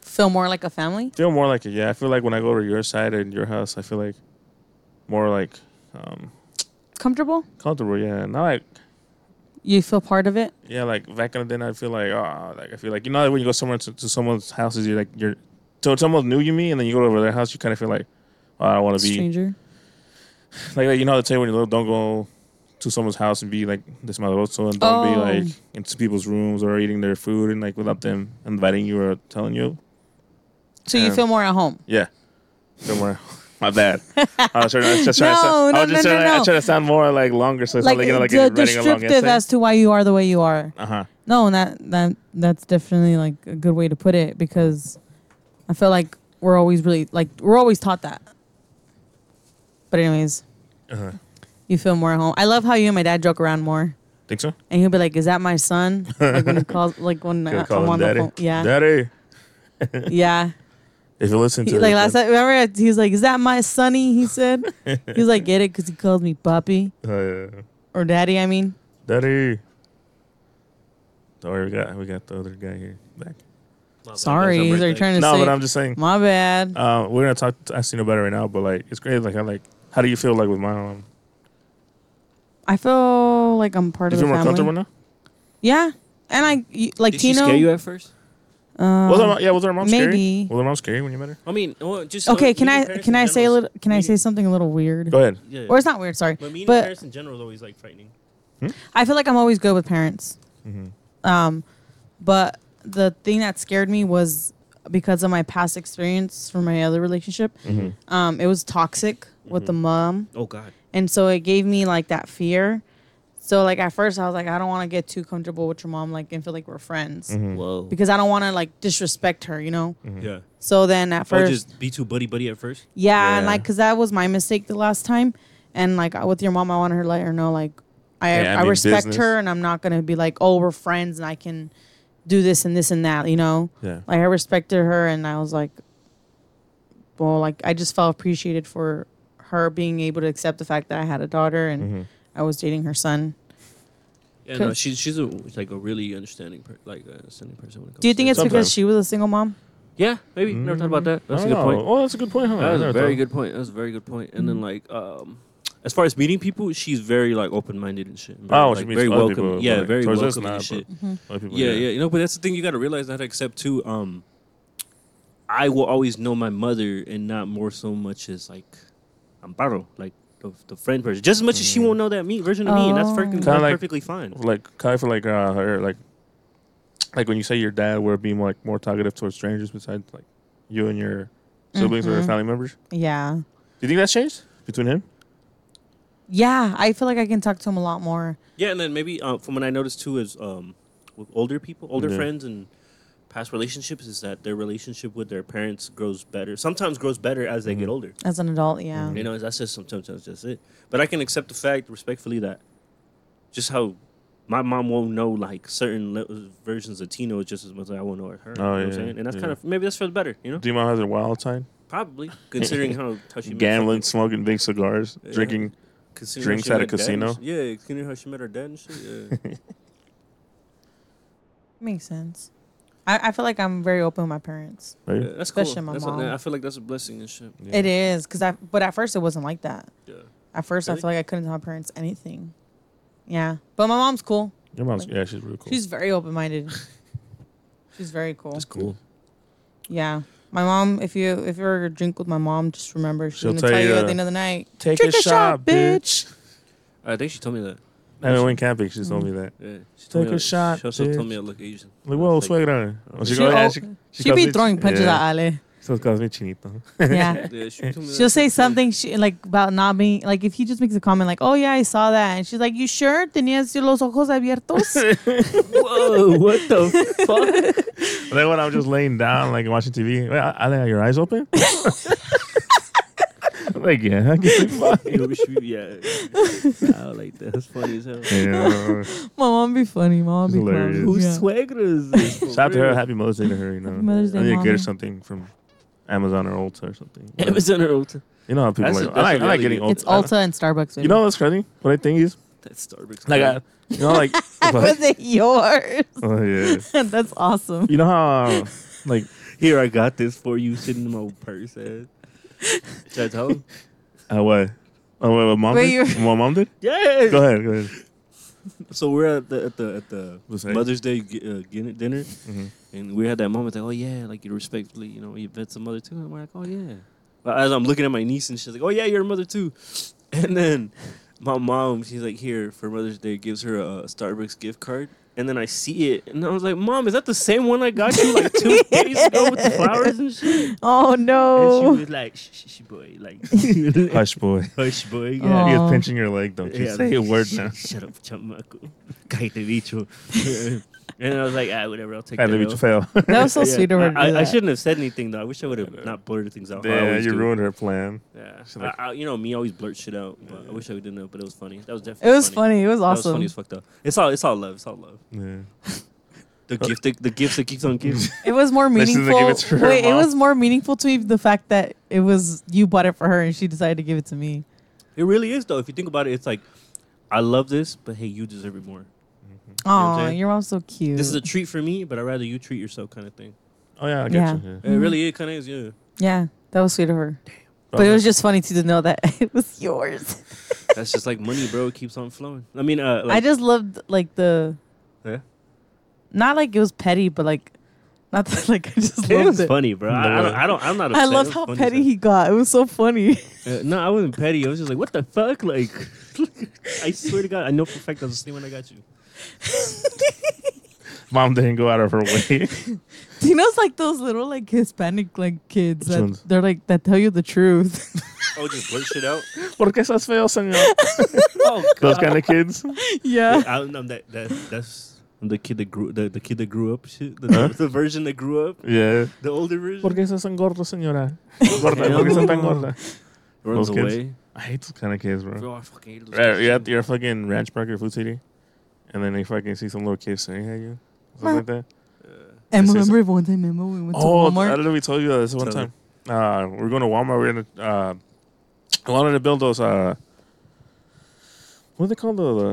feel more like a family.
feel more like it. Yeah, I feel like when I go to your side and your house, I feel like more like um
Comfortable.
comfortable. Yeah, not like
You feel part of it.
yeah like back in the day. I feel like oh like I feel like you know when you go somewhere to, to someone's houses, you're like you're so if someone knew you me, and then you go over their house, you kind of feel like I don't want to be
stranger.
like, like, you know how they tell you when you're little, don't go to someone's house and be like desmadroso and don't be
Oh.
like into people's rooms or eating their food and like without them inviting you or telling you.
So you
Um,
feel more at home.
Yeah. Don't worry. My bad. I was trying to, I was just trying to,
No,
sound- I
no,
was just
no,
trying,
no,
to- I
no.
tried to sound more like longer, so it's
Like,
not like, you know, like
de-
you're writing a long
descriptive
essay.
as to why you are the way you are.
Uh huh.
No, and that that that's definitely like a good way to put it because I feel like we're always really like we're always taught that. But anyways,
Uh-huh.
you feel more at home. I love how you and my dad joke around more,
Think so?
and he'll be like, "Is that my son?" Like when he calls, like when
Gonna
I,
call
am
him
on
daddy.
the phone. Yeah,
Daddy.
yeah.
If you listen to
He,
this,
like last
then-
time, remember he's like, "Is that my sonny?" He said. he's like, "Get it?" Because he calls me puppy
Uh,
or daddy. I mean,
daddy. Don't worry, we got, we got the other guy here back.
sorry. They're trying to
No,
say.
but I'm just saying.
my bad.
Uh, we're gonna talk to Asino about it right now, but like it's great. Like I like. How do you feel like with my um?
I feel like I'm part
You
of the
feel more
family.
comfortable now?
Yeah, and I y- like
Did she
Tino.
scare you at first?
um,
was our, yeah, was our mom
maybe.
scary? Was our mom scary when you met her?
I mean, well, just
okay,
uh,
can
meeting
I
parents
can
in
I say a
general is-
little? Can I say
meeting-
something a little weird?
Go ahead.
Yeah.
Or it's not weird. Sorry,
but meeting
but
parents in general is always like frightening.
I feel like I'm always good with parents.
Mhm.
Um, but the thing that scared me was because of my past experience from my other relationship. Um, it was toxic with the mom,
Oh God.
and so it gave me like that fear. So like at first I was like I don't want to get too comfortable with your mom like and feel like we're friends
Mm-hmm.
Whoa.
because I don't want to like disrespect her, you know.
yeah.
So then at
Or
first
just be too buddy buddy at first.
Yeah, and
Yeah.
like, cause that was my mistake the last time, and like I- with your mom, I wanted her to let her know like I
Yeah, I
I,
mean,
respect
business.
her, and I'm not gonna be like oh we're friends and I can do this and this and that, you know.
Yeah.
Like I respected her, and I was like, well, like I just felt appreciated for her being able to accept the fact that I had a daughter
Mm-hmm.
and I was dating her son.
Yeah, no,
Cause-
she's she's a, like a really understanding, per, like uh, understanding person when it comes.
Do you think
to
it's
Sometimes.
because she was a single mom?
Yeah, maybe. Never thought about that. That's
I
a
don't
good
know.
point.
Oh, that's a good point. Huh?
That was
I
a
never
very
thought-
good point. That was a very good point. And then like um as far as meeting people, she's very like open minded and shit. Very,
Oh, she
like,
meets
very
other
welcoming.
people,
yeah,
like,
very
towards us
welcoming and
not,
shit.
Other people,
Yeah, yeah. You know, but that's the thing you gotta realize and how to accept too. Um I will always know my mother and not more so much as like Amparo, like the, the friend version. Just as much as she won't know that me version of me, and that's,
Oh.
perfectly,
Kinda
that's
like- Oh.
perfectly fine.
Like kind of feel like uh, her like like when you say your dad would be more, like more talkative towards strangers besides like you and your siblings or
Mhm.
family members. Do
Yeah,
you think that's changed between him?
yeah. I feel like I can talk to him a lot more.
Yeah, and then maybe uh, from what I noticed too is um, with older people, older
Yeah.
friends, and past relationships is that their relationship with their parents grows better. Sometimes grows better as they get older.
As an adult, yeah.
You know, that's just sometimes that's just it. But I can accept the fact respectfully that just how my mom won't know like certain le- versions of Tino just as much as I won't know her. you know
Oh,
what I'm
yeah,
saying? And that's
yeah.
kind of maybe that's for the better. You know,
Do you mind has a wild time?
probably considering how how she met-
Gambling, smoking big cigars,
Yeah.
drinking.
considering
drinks
how
at
she
a
met her dad and
casino?
shit. Yeah, considering how she met her dad and shit. Yeah.
Makes sense. I, I feel like I'm very open with my parents.
Right?
Yeah, that's
Especially
cool.
my
That's a-
mom.
I feel like that's a blessing and shit.
Yeah.
It is because I, but at first it wasn't like that.
Yeah.
At first, I
Really?
feel like I couldn't tell my parents anything. Yeah, but my mom's cool.
Your mom's yeah, she's really cool.
She's very open minded. She's very cool.
That's cool.
Yeah, my mom. If you if you ever drink with my mom, just remember she's
She'll
gonna
tell
tell,
you,
you
uh,
at the end of the night.
Take
Drink a shot, bitch.
I think she told me that.
I mean, when camping, she told me that.
Yeah. She
Take
told
a
me that.
shot,
She also
bitch.
told me I look Asian.
Like, whoa,
It's like-
suegra. Oh, she
She,
goes, yeah,
oh,
she,
she,
calls
be
me-
throwing punches
yeah.
at Ale.
So calls me chinito.
Yeah.
Yeah, she told me that
She'll say
shit.
something she, like about not being like if he just makes a comment like oh yeah I saw that and she's like you sure tenías los ojos abiertos
Whoa, what the fuck?
And then when I'm just laying down, like watching TV, wait, I, I think your eyes open. like yeah, I guess it's fine.
Yo, we should be- yeah. Nah, like that. That's funny as hell.
Yeah.
my mom be funny my mom
It's
be
hilarious.
clowning.
Who's
Yeah.
suegra is this? for
Shout out to her.
real?
Happy Mother's Day to her. You know,
Happy Mother's Day,
I need to get her
Mommy.
something from Amazon or Ulta or something.
Amazon or Ulta?
You know how people
That's
like.
a-
I like,
that's a
I like
really
getting
good-
Ulta.
It's Ulta and Starbucks.
You know what's crazy? What I think is
That Starbucks.
like, I,
crap.
you know, like
was it yours?
oh yeah.
That's awesome.
You know how uh, like
here I got this for you sitting in my purse. ass. Should I tell him?
uh, what? Oh, what, what mom
Wait,
did?
you're-
What mom did?
Yes.
Go ahead. Go ahead.
So we're at the at the at the
Let's say.
Mother's Day gi- uh, gin- dinner,
Mhm.
and we had that moment like, oh yeah, like you respectfully, you know, you bet some mother too, and we're like, oh yeah, As I'm looking at my niece and she's like, "Oh yeah, you're a mother too," and then my mom, she's like, "Here for Mother's Day," gives her a Starbucks gift card, and then I see it, and I was like, "Mom, is that the same one I got you like two days ago with the flowers and shit?"
Oh
And she
no.
was like, "Shh, shh, shh, boy, like
Hush, boy.
hush, boy, yeah."
Aw.
You're pinching your leg. Don't you
Yeah,
say a
like,
word
"Shh,
now.
Shut up, chamaco. Cállate, bicho. and I was like, ah, whatever, I'll take
I
that.
leave you fail.
That was so sweet of her. to
I,
do
I
that.
shouldn't have said anything though. I wish I would have not blurted things out. how I
Yeah,
always
you
do.
ruined her plan.
Yeah,
So, like-
I, I, you know me, I always blurt shit out. But I wish I didn't know, but it was funny. That was
It
definitely.
was funny. It was
That was
awesome.
funny as fuck though. It's all, it's all love. It's all love.
Yeah.
The gift, the, the gifts that keeps on giving.
It was more
This is the
meaningful.
give it to her
Wait, it
mom.
was more meaningful to me the fact that it was you bought it for her and she decided to give it to me.
it really is though. If you think about it, it's like, I love this, but hey, you deserve it more. know what I'm
Oh,
saying?
your mom's so cute.
This is a treat for me, but I'd rather you treat yourself, kind of thing.
Oh yeah, I
Yeah.
get you. Yeah.
It really, it kind of is. Yeah.
yeah, that was sweet of her. But
Okay.
it was just funny to know that it was yours.
That's just like money, bro. It keeps on flowing. I mean, uh, like,
I just loved like the
Yeah?
not like it was petty, but like not that, like I just
it
loved
was
it.
funny, bro. I, I, don't, I don't. I'm not.
I
Upset.
loved
It was
how
funny as
petty
hell.
he got. It was so funny.
Uh, no, I wasn't petty. I was just like, what the fuck? Like, I swear to God, I know for a fact that was the same one I got you.
Mom didn't go out of her way.
Tino's like those little like Hispanic like kids
Which
that
ones?
they're like that tell you the truth.
Oh, just blurt shit out.
¿Por qué estás feo, señor?
Oh,
Those kind of kids.
yeah.
I don't know that, that that's the kid that grew the, the kid that grew up shit. The,
Huh?
the version that grew up,
Yeah.
the older version.
¿Por qué estás tan gordo, señora? Gorda, ¿Por qué estás tan gorda?
runs
Those kids.
away.
I hate those kind of kids, bro.
Bro, I fucking hate those
Right,
kids.
you're at your fucking ranch park or food city, and then you fucking see some little kid staring at you, something like that.
And
This is-
remember one time, remember we went to
Oh, I
Walmart.
don't know. We told you this one
Tell
time. Uh, we we're going to Walmart. We're gonna. Uh, I wanted to build those. Uh, what do they call the, the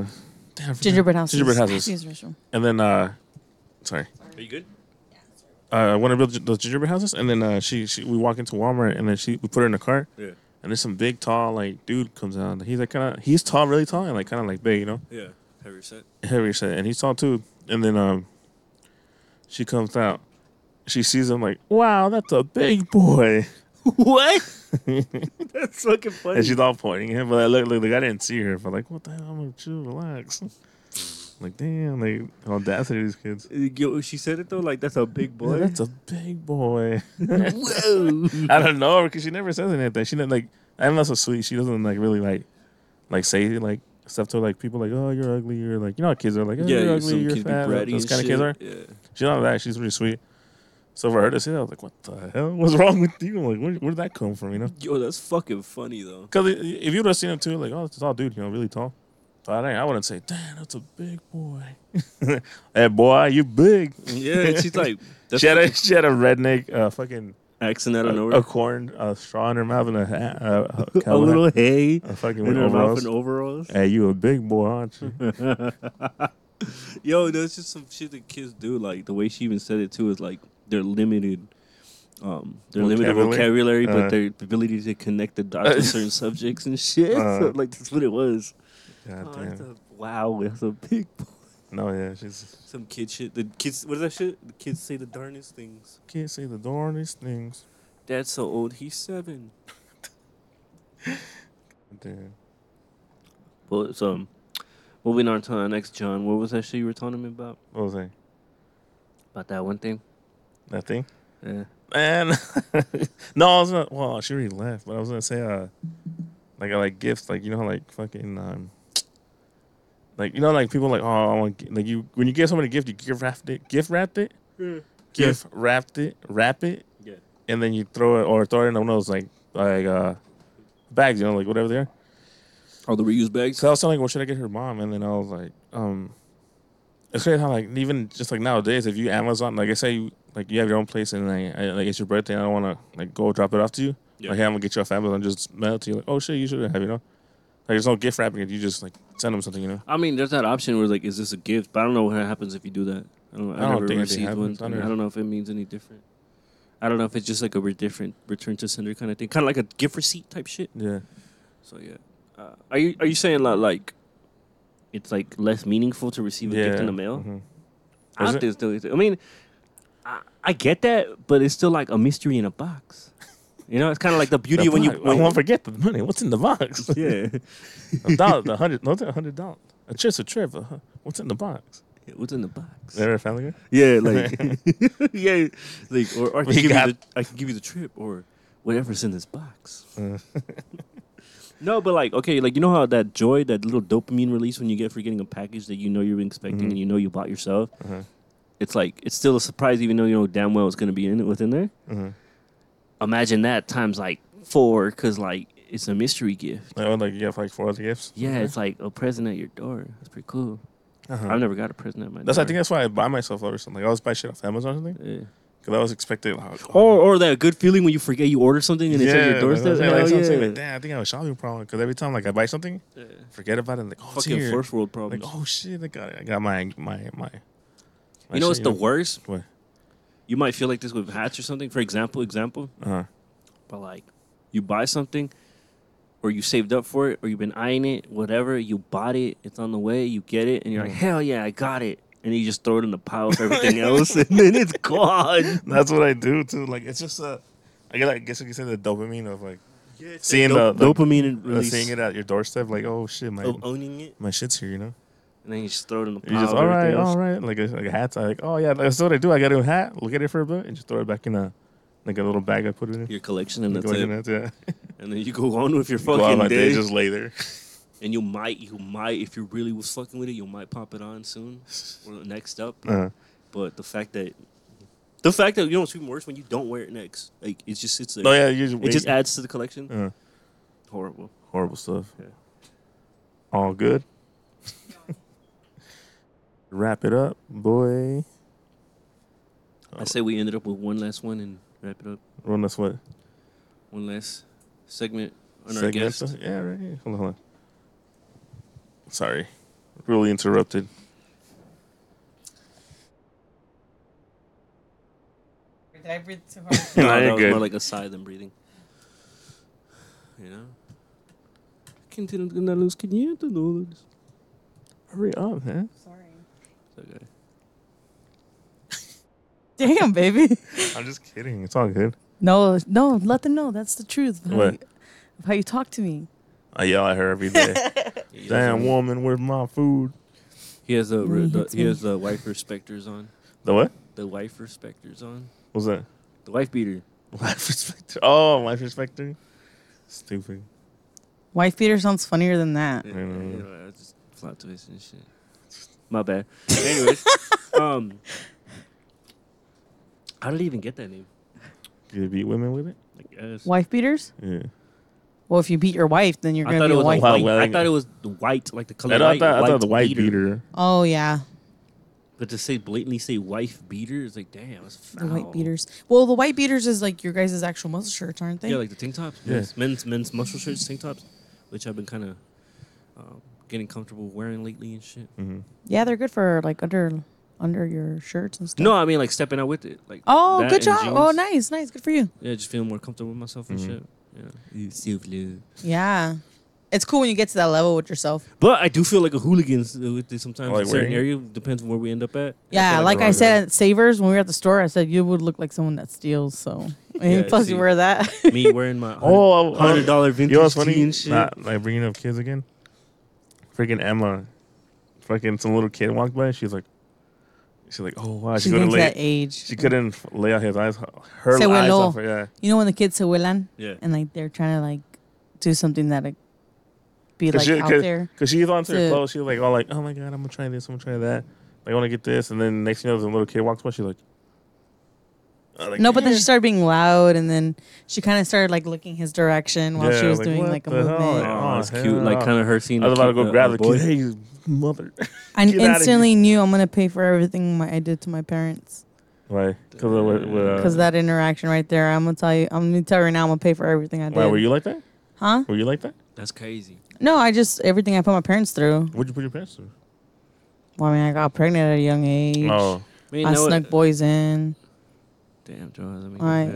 damn, I forgot.
Gingerbread houses.
Gingerbread houses.
Excuse me, restroom.
And then, uh, sorry.
Are you good?
Uh, I want to build gi- those gingerbread houses, and then uh, she, she we walk into Walmart, and then she we put her in the cart,
Yeah,
and there's some big tall like dude comes out. He's like kind of he's tall, really tall, and like kind of like big, you know.
yeah. Heavy set.
heavy set, and he's tall too. And then um, she comes out, she sees him like, wow, that's a big boy,
What? That's fucking funny.
and she's all pointing at him. But I look, look, like I didn't see her, but like, what the hell? I'm like, chill, relax. Like, damn, like audacity of these kids.
Uh, yo, she said it though, like that's a big
Boy,
boy.
that's a big boy.
Whoa.
I don't know because she never says anything. She doesn't like. I'm not so sweet. She doesn't like really like, like say like stuff to like people like, oh, you're ugly. You're like, you know, how kids are like, oh, you're ugly. You're fat. Those kind of kids are.
Yeah.
She's not that. She's really sweet. So for her to say that, I was like, "What the hell? What's wrong with you? Like, where, where did that come from? You know?
Yo, that's fucking funny though.
Because if you would have seen him too, like, oh, it's a tall dude, you know, really tall. So I, didn't- I wouldn't say, damn, that's a big boy. hey, boy, you big.
Yeah, she's like that's
She had, a, she had a redneck, uh, fucking,
accent out
a,
of nowhere.
a corn, a straw in her mouth and a hat, a, a,
a
cowboy
little
hat,
hay
a fucking
in her
overalls.
mouth and overalls.
Hey, you a big boy, aren't you?
Yo, that's just some shit that kids do. Like the way she even said it too is like they're limited. Um, they're limited
Vocabulary?
vocabulary, Uh-huh.
Uh.
but their ability to connect the dots to certain subjects and shit.
Uh.
like that's what it was.
God
Oh, that's
damn.
a, wow, that's a big. boy.
No, yeah, she's,
Some kid shit. The kids, what is that shit? The kids say the darnest things.
can't say the darndest things.
Dad's so old. He's seven.
Damn.
Well, it's, um, moving on to our next John. What was that shit you were telling me about?
What was I?
About that one thing?
Nothing?
Yeah.
man. no, I was gonna. Well, she already left, but I was gonna say, uh, like, I like gifts, like you know, how, like fucking, um, like you know, like people like, oh, I want gi- like you when you give someone a gift, you gift wrapped it, gift wrapped it,
Yeah.
gift wrapped it, wrap it,
Yeah.
and then you throw it or throw it in one of those like like uh bags, you know, like whatever they are.
All Oh, the reused bags.
So I was telling, like, what should I get her mom? And then I was like, um, it's crazy how like even just like nowadays, if you Amazon, like I say, you like you have your own place and like, I, like it's your birthday, and I don't want to like go drop it off to you.
Yeah.
Like, hey, I'm gonna get you off Amazon, just mail it to you. Like, oh shit, you should have, you know. Like, there's no gift wrapping it. You just like send them something, you know.
I mean, there's that option where like, is this a gift? But I don't know what happens if you do that. I don't. I,
I don't
never
think it
received one.
happens. I
I,
don't-
don't know if it means any different. I don't know if it's just like a re- different return to sender kind of thing, kind of like a gift receipt type shit.
Yeah.
So yeah, uh, are you are you saying that like, it's like less meaningful to receive a
yeah.
gift in the mail?
Mhm.
I
Is
don't
it?
think it's still- I mean, I, I get that, but it's still like a mystery in a box. You know, it's kind of like the beauty when you
I
when,
won't forget the money. What's in the box?
yeah.
a dollar, the hundred, no, a hundred dollars. A trip's a trip. uh, What's in the box?
What's in the box?
Ever found it?
Yeah, like yeah, like or, or I can
We
give
got-
you the I can give you the trip or whatever's in this box.
Uh,
no, but like okay, like you know how that joy, that little dopamine release when you get for getting a package that you know you're expecting
Mhm.
and you know you bought yourself.
Uh-huh.
It's like it's still a surprise, even though you know damn well it's gonna be in it within there.
Uh-huh.
Imagine that times like four, cause like it's a mystery gift.
Like, oh, like you got like four other gifts.
Yeah, it's like a present at your door. That's pretty cool.
Uh-huh.
I've never got a present at my
That's
door.
I think that's why I buy myself or something. Like, I always buy shit off Amazon or something
Yeah.
because I was expecting. Like,
Or, or that good feeling when you forget Oh, you ordered something and it's at your
Like,
doorstep.
like,
Hell
something,
yeah.
like, damn, I think I have a shopping problem because every time like I buy something,
Yeah.
forget about it. And, like, oh, it's
Fucking
here.
first world
Like,
problems.
oh shit, I got it. I got my my my. my
you know what's
shit,
the worst?
What?
You might feel like this with hats or something. For example, example,
Uh-huh.
but like you buy something, or you saved up for it, or you've been eyeing it, whatever. You bought it. It's on the way. You get it, and you're like, hell yeah, I got it. And then you just throw it in the pile of everything else, and then it's gone.
That's what I do too. Like, it's just uh, I guess I guess you could say the dopamine of like seeing
Dop-
the, the
dopamine and
uh,
release
seeing it at your doorstep. Like, oh shit, my
of owning it,
my shit's here. You know.
and then you just throw it in the pile.
You just
of
all
everything
right,
else.
all right. Like a, like a hat. I like, oh yeah, that's what I do. I got a hat. Look at it for a bit, and just throw it back in a like a little bag I put it in.
Your collection, and
Like,
that's
like,
it.
that's- yeah.
And then you go on with your
Go out
fucking
like that,
day.
just lay there.
and you might, you might, if you really was fucking with it, you might pop it on soon or next up.
Uh,
But the fact that, the fact that you know it's even worse when you don't wear it next. Like it just sits there.
no, Oh, yeah, you just,
It
wait.
just adds to the collection.
Uh,
Horrible.
horrible stuff.
Yeah.
All good. Wrap it up, boy. Oh.
I say we ended up with one last one and wrap it up.
Run this what?
One last segment on our
Segment
guest.
stuff? Yeah, right. Here. Hold on, hold on. Sorry, really interrupted.
Did I breathe too hard?
No,
Nah,
that
you're
was
good.
more like a sigh than breathing. You know. Continue na luz 500 dólares.
Hurry up, man.
Sorry.
It's okay.
Damn, baby.
I'm just kidding. It's all good.
No, no, let them know. That's the truth. Of how,
What?
You, of how you talk to me.
I yell at her every day.
He has
Damn
a-
woman, where's my food?
He has the,
He
the
hits
he
me.
has the wife respecters on.
The what?
The wife respecters on.
What was that?
The wife beater.
Life Inspector. Oh, Life Inspector. Stupid.
Wife beater sounds funnier than that.
Yeah,
Mm.
you know, I just flat twist and shit. My bad. Anyways, um, how did he even get that name?
You beat women with it?
I guess.
Wife beaters?
Yeah.
Well, if you beat your wife, then you're
I
gonna
thought
be
it
a
was
wife.
a white.
Wow,
I
wow.
thought it was the white, like the color.
I,
white,
thought, I
white
thought the white
beater.
beater.
oh yeah,
But to say blatantly say wife beater is like damn, that's
the
foul.
white beaters. Well, the white beaters is like your guys' actual muscle shirts, aren't they?
Yeah, like the tank tops.
Yeah.
Men's, men's men's muscle shirts, tank tops, which I've been kind of um, getting comfortable wearing lately and shit.
Mm-hmm.
yeah, they're good for like under under your shirts and stuff.
No, I mean like stepping out with it. Like
Oh,
that
good
and
job. Oh,
jeans.
nice, nice, good for you.
Yeah, just feeling more comfortable with myself and
Mhm.
shit. Yeah.
Yeah, it's cool when you get to that level with yourself.
But I do feel like a hooligan s- with this sometimes.
Like
in certain
wearing-
area depends on where we end up at.
Yeah,
like
like
we're
I
all
said at Savers when we were at the store, I said you would look like someone that steals. So and
Yeah,
plus
see.
you wear that.
Me wearing my
Oh,
hundred dollar
You
vintage
know what's funny?
tee and shit.
Not, like bringing up kids again. Freaking Emma. Freaking some little kid walked by. She's like, she's like, oh wow, she
She's into
couldn't
that
lay.
age.
She couldn't f- lay out his eyes. Her
Se
eyes
hueló.
off her. Yeah.
You know when the kids se huelan
yeah.
and like they're trying to like do something that like be
Cause
like
she-
out there.
Cause she's onto her
to-
clothes. She was like, all like, oh my god, I'm gonna try this. I'm gonna try that. Like, I want to get this. And then next thing you know, the little kid walks by. She's like, oh, like,
No, but then
"Yeah."
she started being loud, and then she kind of started like looking his direction while she
Yeah,
was
like,
doing
what
like a
the hell?
movement.
Oh,
Oh, it's
hell
cute. Like
no.
kind of her seeing.
I was about to go
uh,
grab the
boy.
kid. Hey, you mother.
I
Get outta here.
instantly knew I'm gonna pay for everything my, I did to my parents
Why? Because of what? what, uh,
because that interaction right there. I'm gonna tell you. I'm gonna tell you right now. I'm gonna pay for everything I did.
Why were you like that?
Huh?
Were you like that?
That's crazy.
No, I just everything I put my parents through.
What'd you put your pants through?
Well, I mean, I got pregnant at a young age.
Oh,
Man,
I
now it-
snuck boys in.
Damn, Joe. That
Alright.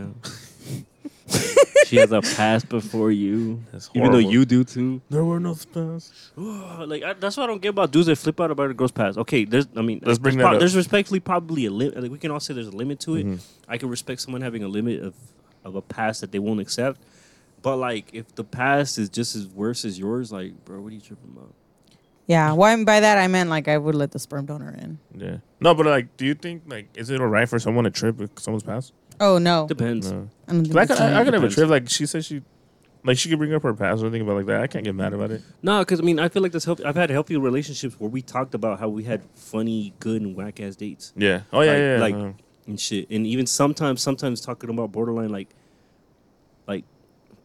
she has a past before you,
That's
even though
horrible.
you do too.
there were no pants.
Oh, like I, that's what I don't get about dudes that flip out about a girl's past. Okay, there's I mean,
Let's bring
there's,
that up.
there's respectfully probably a limit. Like we can all say there's a limit to it.
Mhm.
I can respect someone having a limit of of a past that they won't accept. But like, if the past is just as worse as yours, like, bro, what are you tripping about?
Yeah. Why by that I meant like I would let the sperm donor in.
Yeah. No, but like, do you think like is it alright for someone to trip if someone's past?
Oh no.
Depends.
No.
I don't
'Cause
think
I
it's
could, I, I
right.
could have a
Depends.
trip. Like she said, she like she could bring up her past or anything about like that. I can't get mad about it.
No, because I mean, I feel like this. Help- I've had healthy relationships where we talked about how we had funny, good, and whack ass dates
Yeah. Oh yeah.
Like-
yeah.
like-
no.
and shit. And even sometimes, sometimes talking about borderline like, like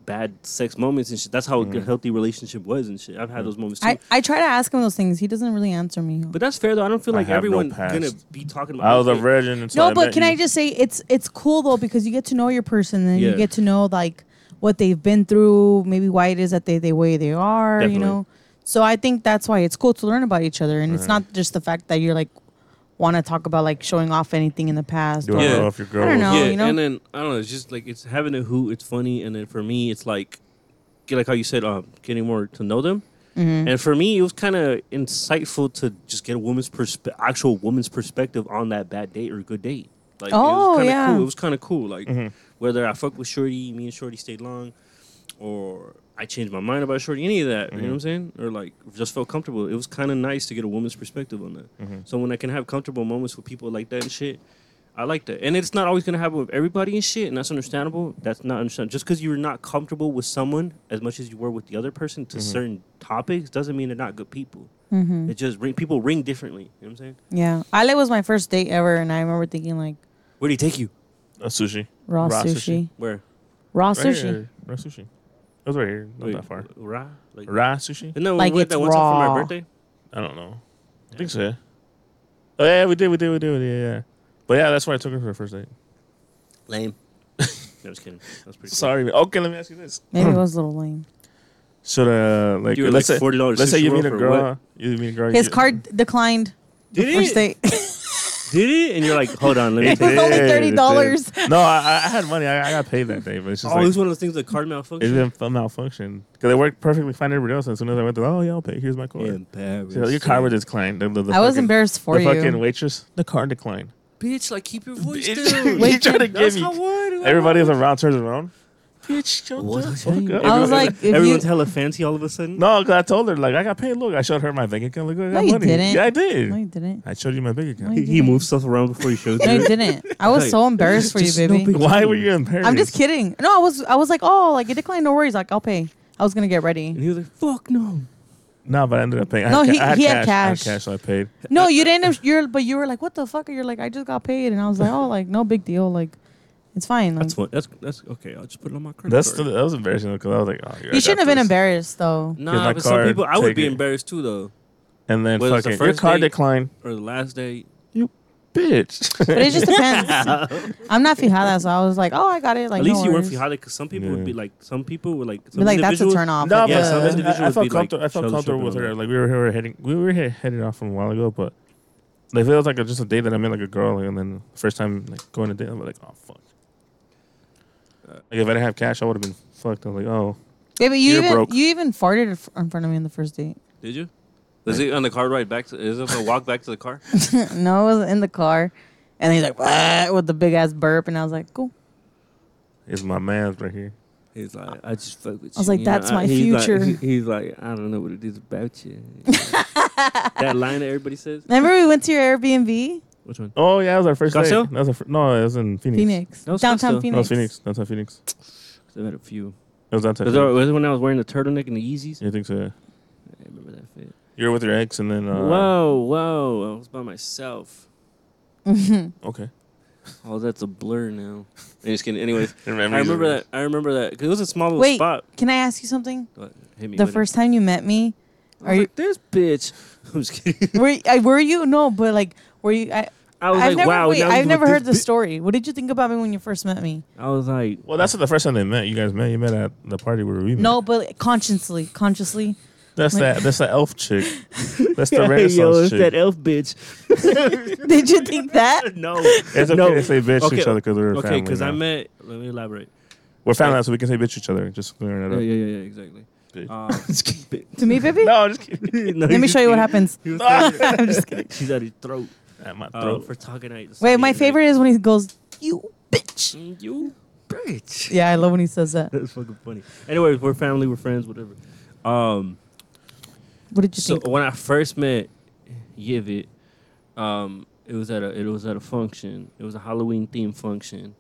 bad sex moments and shit. That's how a
Mhm.
good, healthy relationship was and shit. I've
Mm.
had those moments too.
I, I try to ask him those things. He doesn't really answer me.
but that's fair though. I don't feel
I
like
have no
everyone
past.
gonna be talking about.
I was a
okay,
virgin. Until
no, but can I
just?
just say it's it's cool though because you get to know your person and
Yeah.
you get to know like what they've been through, maybe why it is that they the way they are,
Definitely.
you know. So I think that's why it's cool to learn about each other, and it's
Right.
not just the fact that you're like want to talk about like showing off anything in the past.
Do I
or-
Yeah.
know if your girl?
I don't
was-
know.
yeah,
you
and then I don't know. It's just like it's having a who. It's funny, and then for me, it's like, get- like how you said, um, getting more to know them.
Mm-hmm.
And for me, it was kind of insightful to just get a woman's perspe- actual woman's perspective on that bad date or good date. Like,
Oh,
it was kinda
yeah.
cool. It was kind of cool. Like whether I fuck with Shorty, me and Shorty stayed long, or I changed my mind about Shorty, any of that.
Mm-hmm.
You know what I'm saying? Or like just felt comfortable. It was kind of nice to get a woman's perspective on that.
Mm-hmm.
So when I can have comfortable moments with people like that and shit, I like that. And it's not always gonna happen with everybody and shit, and that's understandable. That's not understandable. Just because you're not comfortable with someone as much as you were with the other person
Mm-hmm.
to certain topics doesn't mean they're not good people.
Mm-hmm.
It just ring, people ring differently. You know what I'm saying?
Yeah, Ale was my first date ever, and I remember thinking like
Where do he take you?
A sushi.
raw,
Raw
sushi.
sushi.
Where?
raw
Right
sushi.
here. Raw sushi. It was right here. Not
Wait,
that far.
Ra? Like,
Raw sushi.
Isn't that when
Like
we went
it's
that one time for
raw.
my birthday?
I don't know. I think so. Yeah. Oh yeah, we did. We did. We did. we did, Yeah. yeah. But yeah, that's why I took her for the first date.
Lame. no, just kidding. That was pretty.
Sorry. but- Okay, let me ask you this.
Maybe it was a little lame.
Should uh like
You were
let's
like
say
$40
let's say
sushi
you meet a
roll for
girl, you meet a girl.
His
you-
card declined.
Did
the first
it?
date.
Did it? And you're like, hold on, let me
It
It
take
was
did,
only
it did.
$30.
No, I, I- I had money. I, I got paid that day, but it's just
Oh, it was
like
one of those things that card
it
malfunction.
didn't malfunction because it worked perfectly fine. to Everybody else, as soon as I went, there, oh yeah, I'll pay. Here's my card.
Embarrassing.
So your card was declined. The, the, the
I was
fucking-
embarrassed for
the
you.
fucking waitress, the card declined.
Bitch, like keep your voice
Bitch,
down.
you trying to give
That's
me-
how what?
Everybody was around, turns around. Bitch, shut
What
the
was
fuck
that?
up.
I
Everyone-
was like, if you-
Everyone's hella fancy all of a sudden.
no, 'cause I told her like I got paid. Look, I showed her my bank account. Look, I got
No, you
money.
didn't.
Yeah, I did.
no, you didn't.
I showed you my bank account.
No,
he,
you
he
didn't.
moves stuff around before he shows
No,
you.
you didn't. I was
Like,
so embarrassed for you,
just no
baby.
big-
Why were you embarrassed?
I'm just kidding. No, I was I was like, oh, like it declined. No worries. Like I'll pay. I was gonna get
and
ready.
he was like, "Fuck no."
No, but I ended up paying. I
No,
had ca-
he-
I
he had
I had
cash.
cash, so I paid.
No, you didn't. You're but you were like, what the fuck? You're like, I just got paid, and I was like, oh, like no big deal. Like it's fine. Like,
That's what. That's that's okay. I'll just put it on my credit
That's
card.
still, that was embarrassing because I was like, oh, yeah, I
you
got
shouldn't have been
this.
embarrassed though.
Here's my
nah, but some
card,
people, I would
take
be
it.
embarrassed too though.
And then
Whether it's the
fucking your
first
card
date-
declined,
Or the last day.
bitch.
But it just depends. I'm not fijada, so I was like, oh, I got it. Like
At least
no
you weren't
worries.
fijada because some people
Yeah.
would be like, some people were like, some
But like that's a
individuals-
turn off.
no,
like,
but
Yeah, some
uh,
I- I, felt
individuals be, like,
comfortable. I felt
shell
comfortable with
shopping
her.
on
Like we were, we were heading, we were he- headed off from a while ago, but like it was like a, just a date that I met like a girl, and then first time like going to date, I'm like, oh fuck. Like if I didn't have cash, I would have been fucked. I'm like, oh,
yeah, but you
you're
even
broke.
you even farted in fr- in front of me on the first date.
Did you? Was it on the car ride back? To, is it a walk back to the car?
no, it was in the car, and he's like "Wah," with the big ass burp, and I was like, cool.
it's my man's right here.
He's like, I just fuck with you.
I was like,
you
"That's
I-
my
he's like-
future."
he- he's like, I don't know what it is about you. that line that everybody says.
Remember we went to your Airbnb,
Which one?
Oh yeah, that was our first date.
Scottsdale?
That was our fir- no, it was in Phoenix.
Phoenix,
That was
downtown
Scottsdale.
No, it was Phoenix. That's not Phoenix.
I've had a few.
It was downtown. Phoenix.
Was there, was it when I was wearing the turtleneck and the Yeezys?
You think so?
I remember that fit.
You're with your ex, and then uh,
whoa, whoa! I was by myself.
Mm-hmm.
Okay.
Oh, that's a blur now. I'm just kidding. Anyways,
Remember
I remember that. I remember that 'cause it was a small little
Wait,
spot.
can I ask you something?
What? Hit me
The
with it.
first time you met me,
I
are
was
you
like, this bitch. I'm just kidding.
were you, I- were you no? But like, were you? I,
I was
I've
like,
never,
wow.
wait,
now he's
I've
with
never
this
heard the
bi-
story. What did you think about me when you first met me?
I was like,
Well, that's not the first time they met. You guys met. You met at the party where we met.
No, but consciously, consciously,
That's
Wait.
that. That's the elf chick. That's the
yo,
Renaissance
it's
chick.
that elf bitch.
did you think that?
no.
it's okay
no.
to say bitch to
Okay.
each other because we're
Okay,
family.
because
now.
I met. Let me elaborate.
we're family, now, so we can say bitch to each other. Just clearing that
Yeah,
up.
yeah, yeah, yeah, exactly.
Bitch.
Uh, bitch.
Um, To me, baby.
No, I'm just kidding.
No,
Let me
he's
show you what
just
happens.
kidding. He was trying to-
I'm just kidding.
She's at his throat,
At my
uh,
throat.
for talking night.
Wait, my favorite is when he goes, "You bitch."
You bitch.
Yeah, I love when he says that.
That's fucking funny. Anyways, we're family, we're friends, whatever. Um,
What did you
so
think?
when I first met Yivit, um, it was at a it was at a function. It was a Halloween themed function,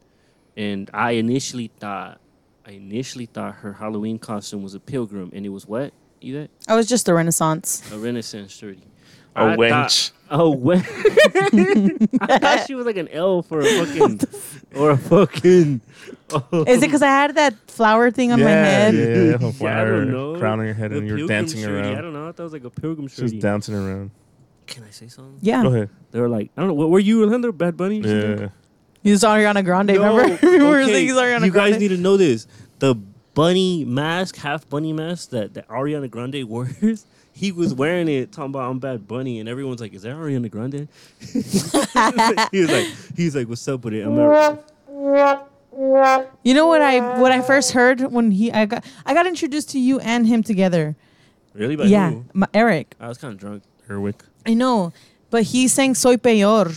and I initially thought I initially thought her Halloween costume was a pilgrim, and it was what you that
I was just a renaissance.
a Renaissance dirty.
A
I
wench.
Thought, a wench. I thought she was like an elf or a fucking or a fucking. Oh.
Is it because I had that flower thing on
yeah,
my head?
Yeah, yeah, yeah.
Yeah, I don't know.
Crown on your head,
The
and you're
pilgrim
dancing
shirty. I
around.
don't know. I thought it was like a pilgrim
She was
shirty.
dancing around.
Can I say something?
Yeah.
Go ahead.
They were like, I don't know. What were you, Orlando? Bad Bunny? or something?
Yeah.
You saw Ariana Grande,
No,
remember? we were
okay,
thinking Ariana
you guys
Grande.
need to know this. The bunny mask, half bunny mask that, that Ariana Grande wears, he was wearing it talking about I'm Bad Bunny, and everyone's like, Is that Ariana Grande? he was like, He's like, What's up with it? I'm not-
You know what I what I first heard when he I got I got introduced to you and him together.
really? By
yeah,
who?"
my, Eric.
I was kind of drunk.
Erwick.
I know, but he sang "Soy Peor"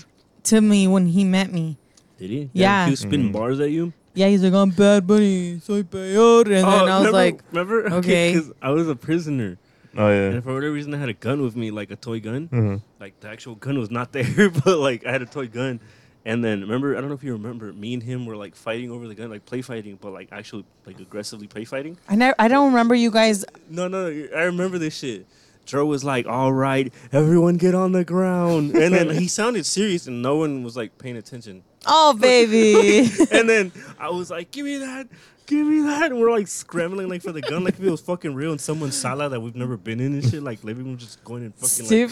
to me when he met me.
Did he?
Yeah.
He was spitting bars at you?
Yeah, he's like I'm Bad Bunny, soy peor, and
Oh,
then I was
remember,
like,
Remember?
okay.
Because I was a prisoner.
Oh yeah.
And for whatever reason, I had a gun with me, like a toy gun.
Mhm.
Like the actual gun was not there, but like I had a toy gun. And then remember, I don't know if you remember, me and him were like fighting over the gun, like play fighting, but like actually like aggressively play fighting.
I never, I don't remember you guys.
No, no, no I remember this shit. Dro was like, "All right, everyone get on the ground," and then he sounded serious, and no one was like paying attention.
Oh baby,
And then I was like, "Give me that, give me that," and we're like scrambling like for the gun, like if it was fucking real in someone's sala that we've never been in and shit. Like living room just going and fucking like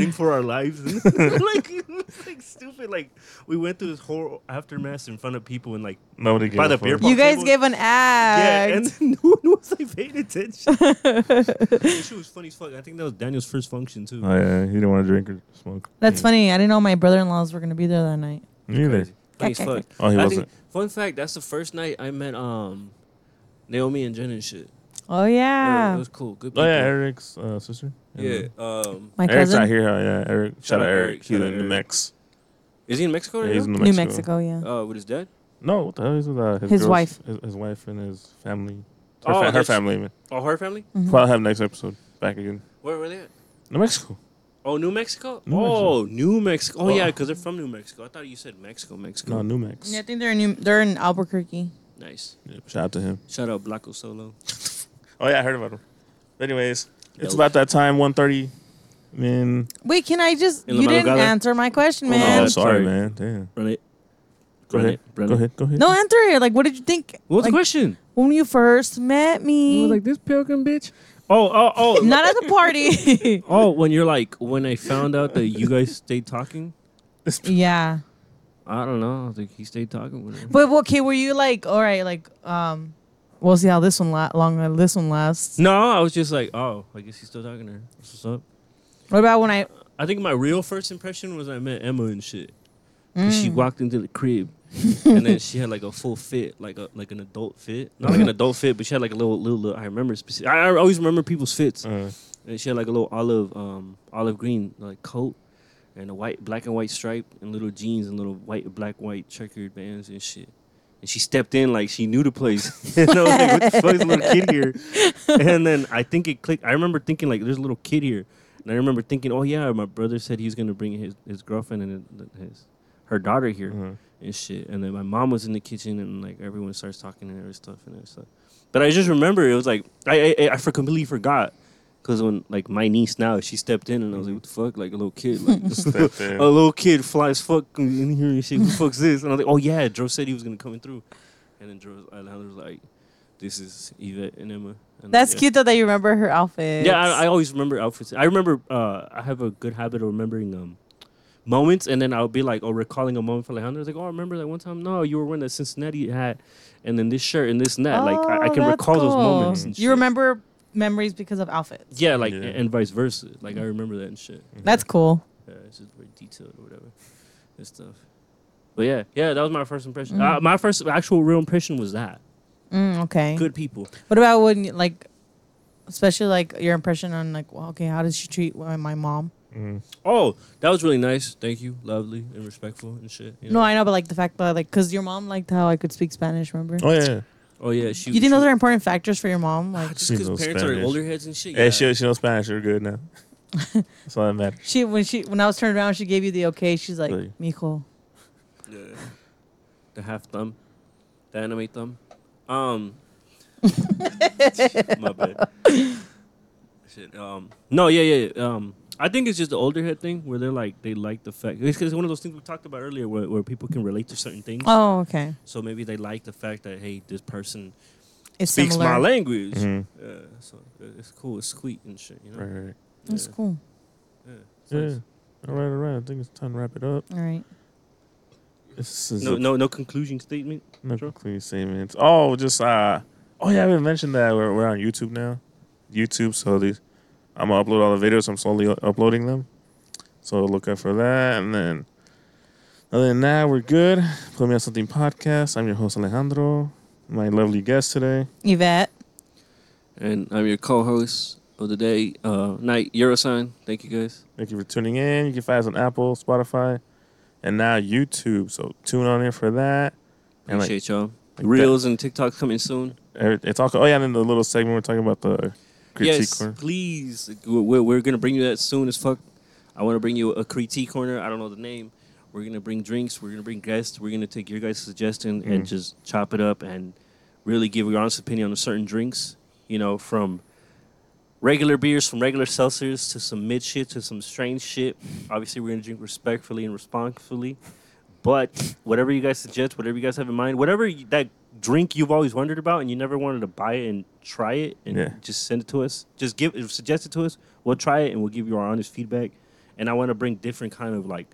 stupid.
for our lives. like it was like stupid. Like we went through this whole aftermath in front of people and like
Nobody gave
By
a
the
fuck.
beer
You guys
Possible.
gave an act.
yeah, and then no one was like paying attention. That shit was funny as fuck. I think that was Daniel's first function too.
Oh yeah. He didn't want to drink or smoke.
That's funny. I didn't know my brother-in-laws were gonna be there that night.
Neither.
Crazy. Funny as fuck.
Oh, he
I
wasn't.
Think, fun fact: That's the first night I met um Naomi and Jen and shit.
Oh
It
yeah,
was cool. Good.
Oh yeah,
people.
Eric's uh, sister.
Yeah. Um,
my
Eric's
cousin,
not here. huh? yeah, Eric. Shout, out Eric.
Shout
He's
out
in New
Eric.
Mex.
is he in Mexico
Yeah,
right
he's in
now?
New Mexico.
New Mexico. Yeah.
Uh, with his dad.
No, what the hell? He's with uh, his,
His
girl's-
wife.
His, his wife and his family. Her,
Oh,
fa- her
that's-
family. Man.
Oh, her family.
Mm-hmm.
Probably have next episode back again.
Where were they at?
New Mexico.
Oh, New Mexico.
New
oh, New Mexico. Oh,
Oh.
yeah, because they're from New Mexico. I thought you said Mexico, Mexico.
No, New Mex.
Yeah, I think they're in New, they're in Albuquerque.
Nice.
Yeah, shout out to him.
Shout out Blanco Solo.
Oh yeah, I heard about him. Anyways,
Dope.
it's about that time. 1.30 Man,
Wait, can I just?
In
you
La
didn't
Madrugada?
answer my question,
my
oh,
man.
God.
sorry,
sorry.
man. Damn.
Run it.
Go ahead. Go ahead. Go ahead.
no, answer it. Like, what did you think?
What's
like,
the question?
When you first met me,
this pilgrim bitch. Oh, oh, oh.
not at the party.
oh, when you're like, when I found out that you guys stayed talking,
yeah,
I don't know. I was like, he stayed talking with him.
but okay, were you like, all right, like, um, we'll see how this one la- long uh, this one lasts.
No, I was just like, oh, I guess he's still talking to her. What's up?
What about when I?
I think my real first impression was I met Emma and shit. 'Cause She walked into the crib, and then she had like a full fit, like a like an adult fit, not like an adult fit, but she had like a little little. little I remember speci- I, I always remember people's fits.
Uh,
And she had like a little olive, um, olive green like coat, and a white, black and white stripe, and little jeans and little white, black, white checkered bands and shit. And she stepped in like she knew the place. and I was like, "What the fuck's a little kid here?" And then I think it clicked. I remember thinking like, "There's a little kid here," and I remember thinking, "Oh yeah, my brother said he was gonna bring his his girlfriend and his her daughter here
Mhm.
and shit." And then my mom was in the kitchen, and like everyone starts talking and every stuff and every stuff. But I just remember it was like I I, I for completely forgot because when like my niece now she stepped in and I was like, what the fuck, like a little kid, like this little-
Stepped in.
Oh,
a little kid flies fuck in here and shit. Who the fuck's this? And I was like, oh yeah, Drew said he was gonna come through, and then Drew Alejandro was like, this is Yvette and Emma. And
That's
yeah.
cute though that you remember her outfit.
Yeah, I, I always remember outfits. I remember uh, I have a good habit of remembering um moments, and then I'll be like, oh, recalling a moment for Alejandro. It's like, oh, I remember that one time. No, you were wearing that Cincinnati hat, and then this shirt and this and that. like I, I
Oh,
can
that's
recall those
cool.
moments. And
You
shit.
remember memories because of outfits.
Yeah, like
Yeah.
and vice versa. Like
Mm-hmm.
I remember that and shit.
That's cool.
Yeah, it's just very detailed or whatever and stuff. But yeah, yeah, that was my first impression. Uh, my first actual real impression was that
Mm, okay.
good people.
What about when you- like, especially like your impression on like, well, okay, how does she treat my my mom?
Mm.
Oh, that was really nice. Thank you, lovely and respectful and shit. you
No,
know?
I know, but like the fact that like because your mom liked how I could speak Spanish. Remember?
Oh yeah.
oh yeah, she.
you think
she-
those are important factors for your mom? Like
Ah, just
She's
because
no
parents are
Spanish.
older heads and shit.
Hey,
yeah.
she she knows Spanish. You're good now. That's all that matters.
she when she when I was turned around, she gave you the okay. She's like,
Really?
mijo.
Yeah. The half thumb, the anime thumb. Um, my bad. Shit. Um, no, yeah, yeah. yeah, Um, I think it's just the older head thing where they're like they like the fact it's because one of those things we talked about earlier where, where people can relate to certain things.
Oh, okay.
So maybe they like the fact that hey, this person
It's
speaks
similar.
my language.
Mhm.
Yeah, so uh, it's cool. It's sweet and shit. You know.
Right, right.
Yeah,
That's cool.
yeah, it's
Yeah.
nice.
All right, all right. I think it's time to wrap it up.
All right.
This is
No, no, no conclusion statement.
No
Sure.
concluding statements. Oh, just uh, oh yeah, I haven't mentioned that we're, we're on YouTube now. YouTube, so these, I'm gonna upload all the videos. I'm slowly u- uploading them, so look out for that. And then, other than that, we're good. Put me on something podcast. I'm your host Alejandro. My lovely guest today.
Yvette.
And I'm your co-host of the day, uh, night Eurosign. Thank you guys.
Thank you for tuning in. You can find us on Apple, Spotify, and now YouTube. So tune on in for that. And like,
Appreciate y'all.
like
Reels and TikToks coming soon.
that- it's all. Oh yeah, and then the little segment we're talking about the critique
yes,
corner.
please. We're, we're gonna bring you that soon as fuck. I want to bring you a critique corner. I don't know the name. We're gonna bring drinks. We're gonna bring guests. We're gonna take your guys' suggestion and
Mm.
just chop it up and really give your honest opinion on certain drinks. You know, from regular beers, from regular seltzers to some mid shit to some strange shit. Obviously, we're gonna drink respectfully and responsibly. But whatever you guys suggest, whatever you guys have in mind, whatever you- that drink you've always wondered about and you never wanted to buy it and try it and
Yeah.
just send it to us. Just give suggest it to us. We'll try it and we'll give you our honest feedback. And I want to bring different kind of like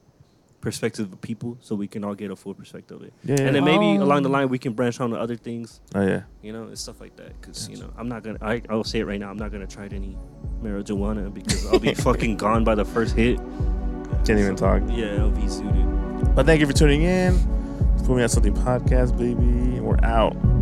perspective of people so we can all get a full perspective of it.
Yeah, yeah.
And then maybe
Oh.
along the line we can branch on to other things,
oh yeah.
you know, and stuff like that. Because you know, I'm not gonna. I, I'll say it right now. I'm not gonna try any marijuana because I'll be fucking gone by the first hit.
Can't even
So,
talk.
Yeah, I'll be suited.
But thank you for tuning in. Put me on something podcast, baby. We're out.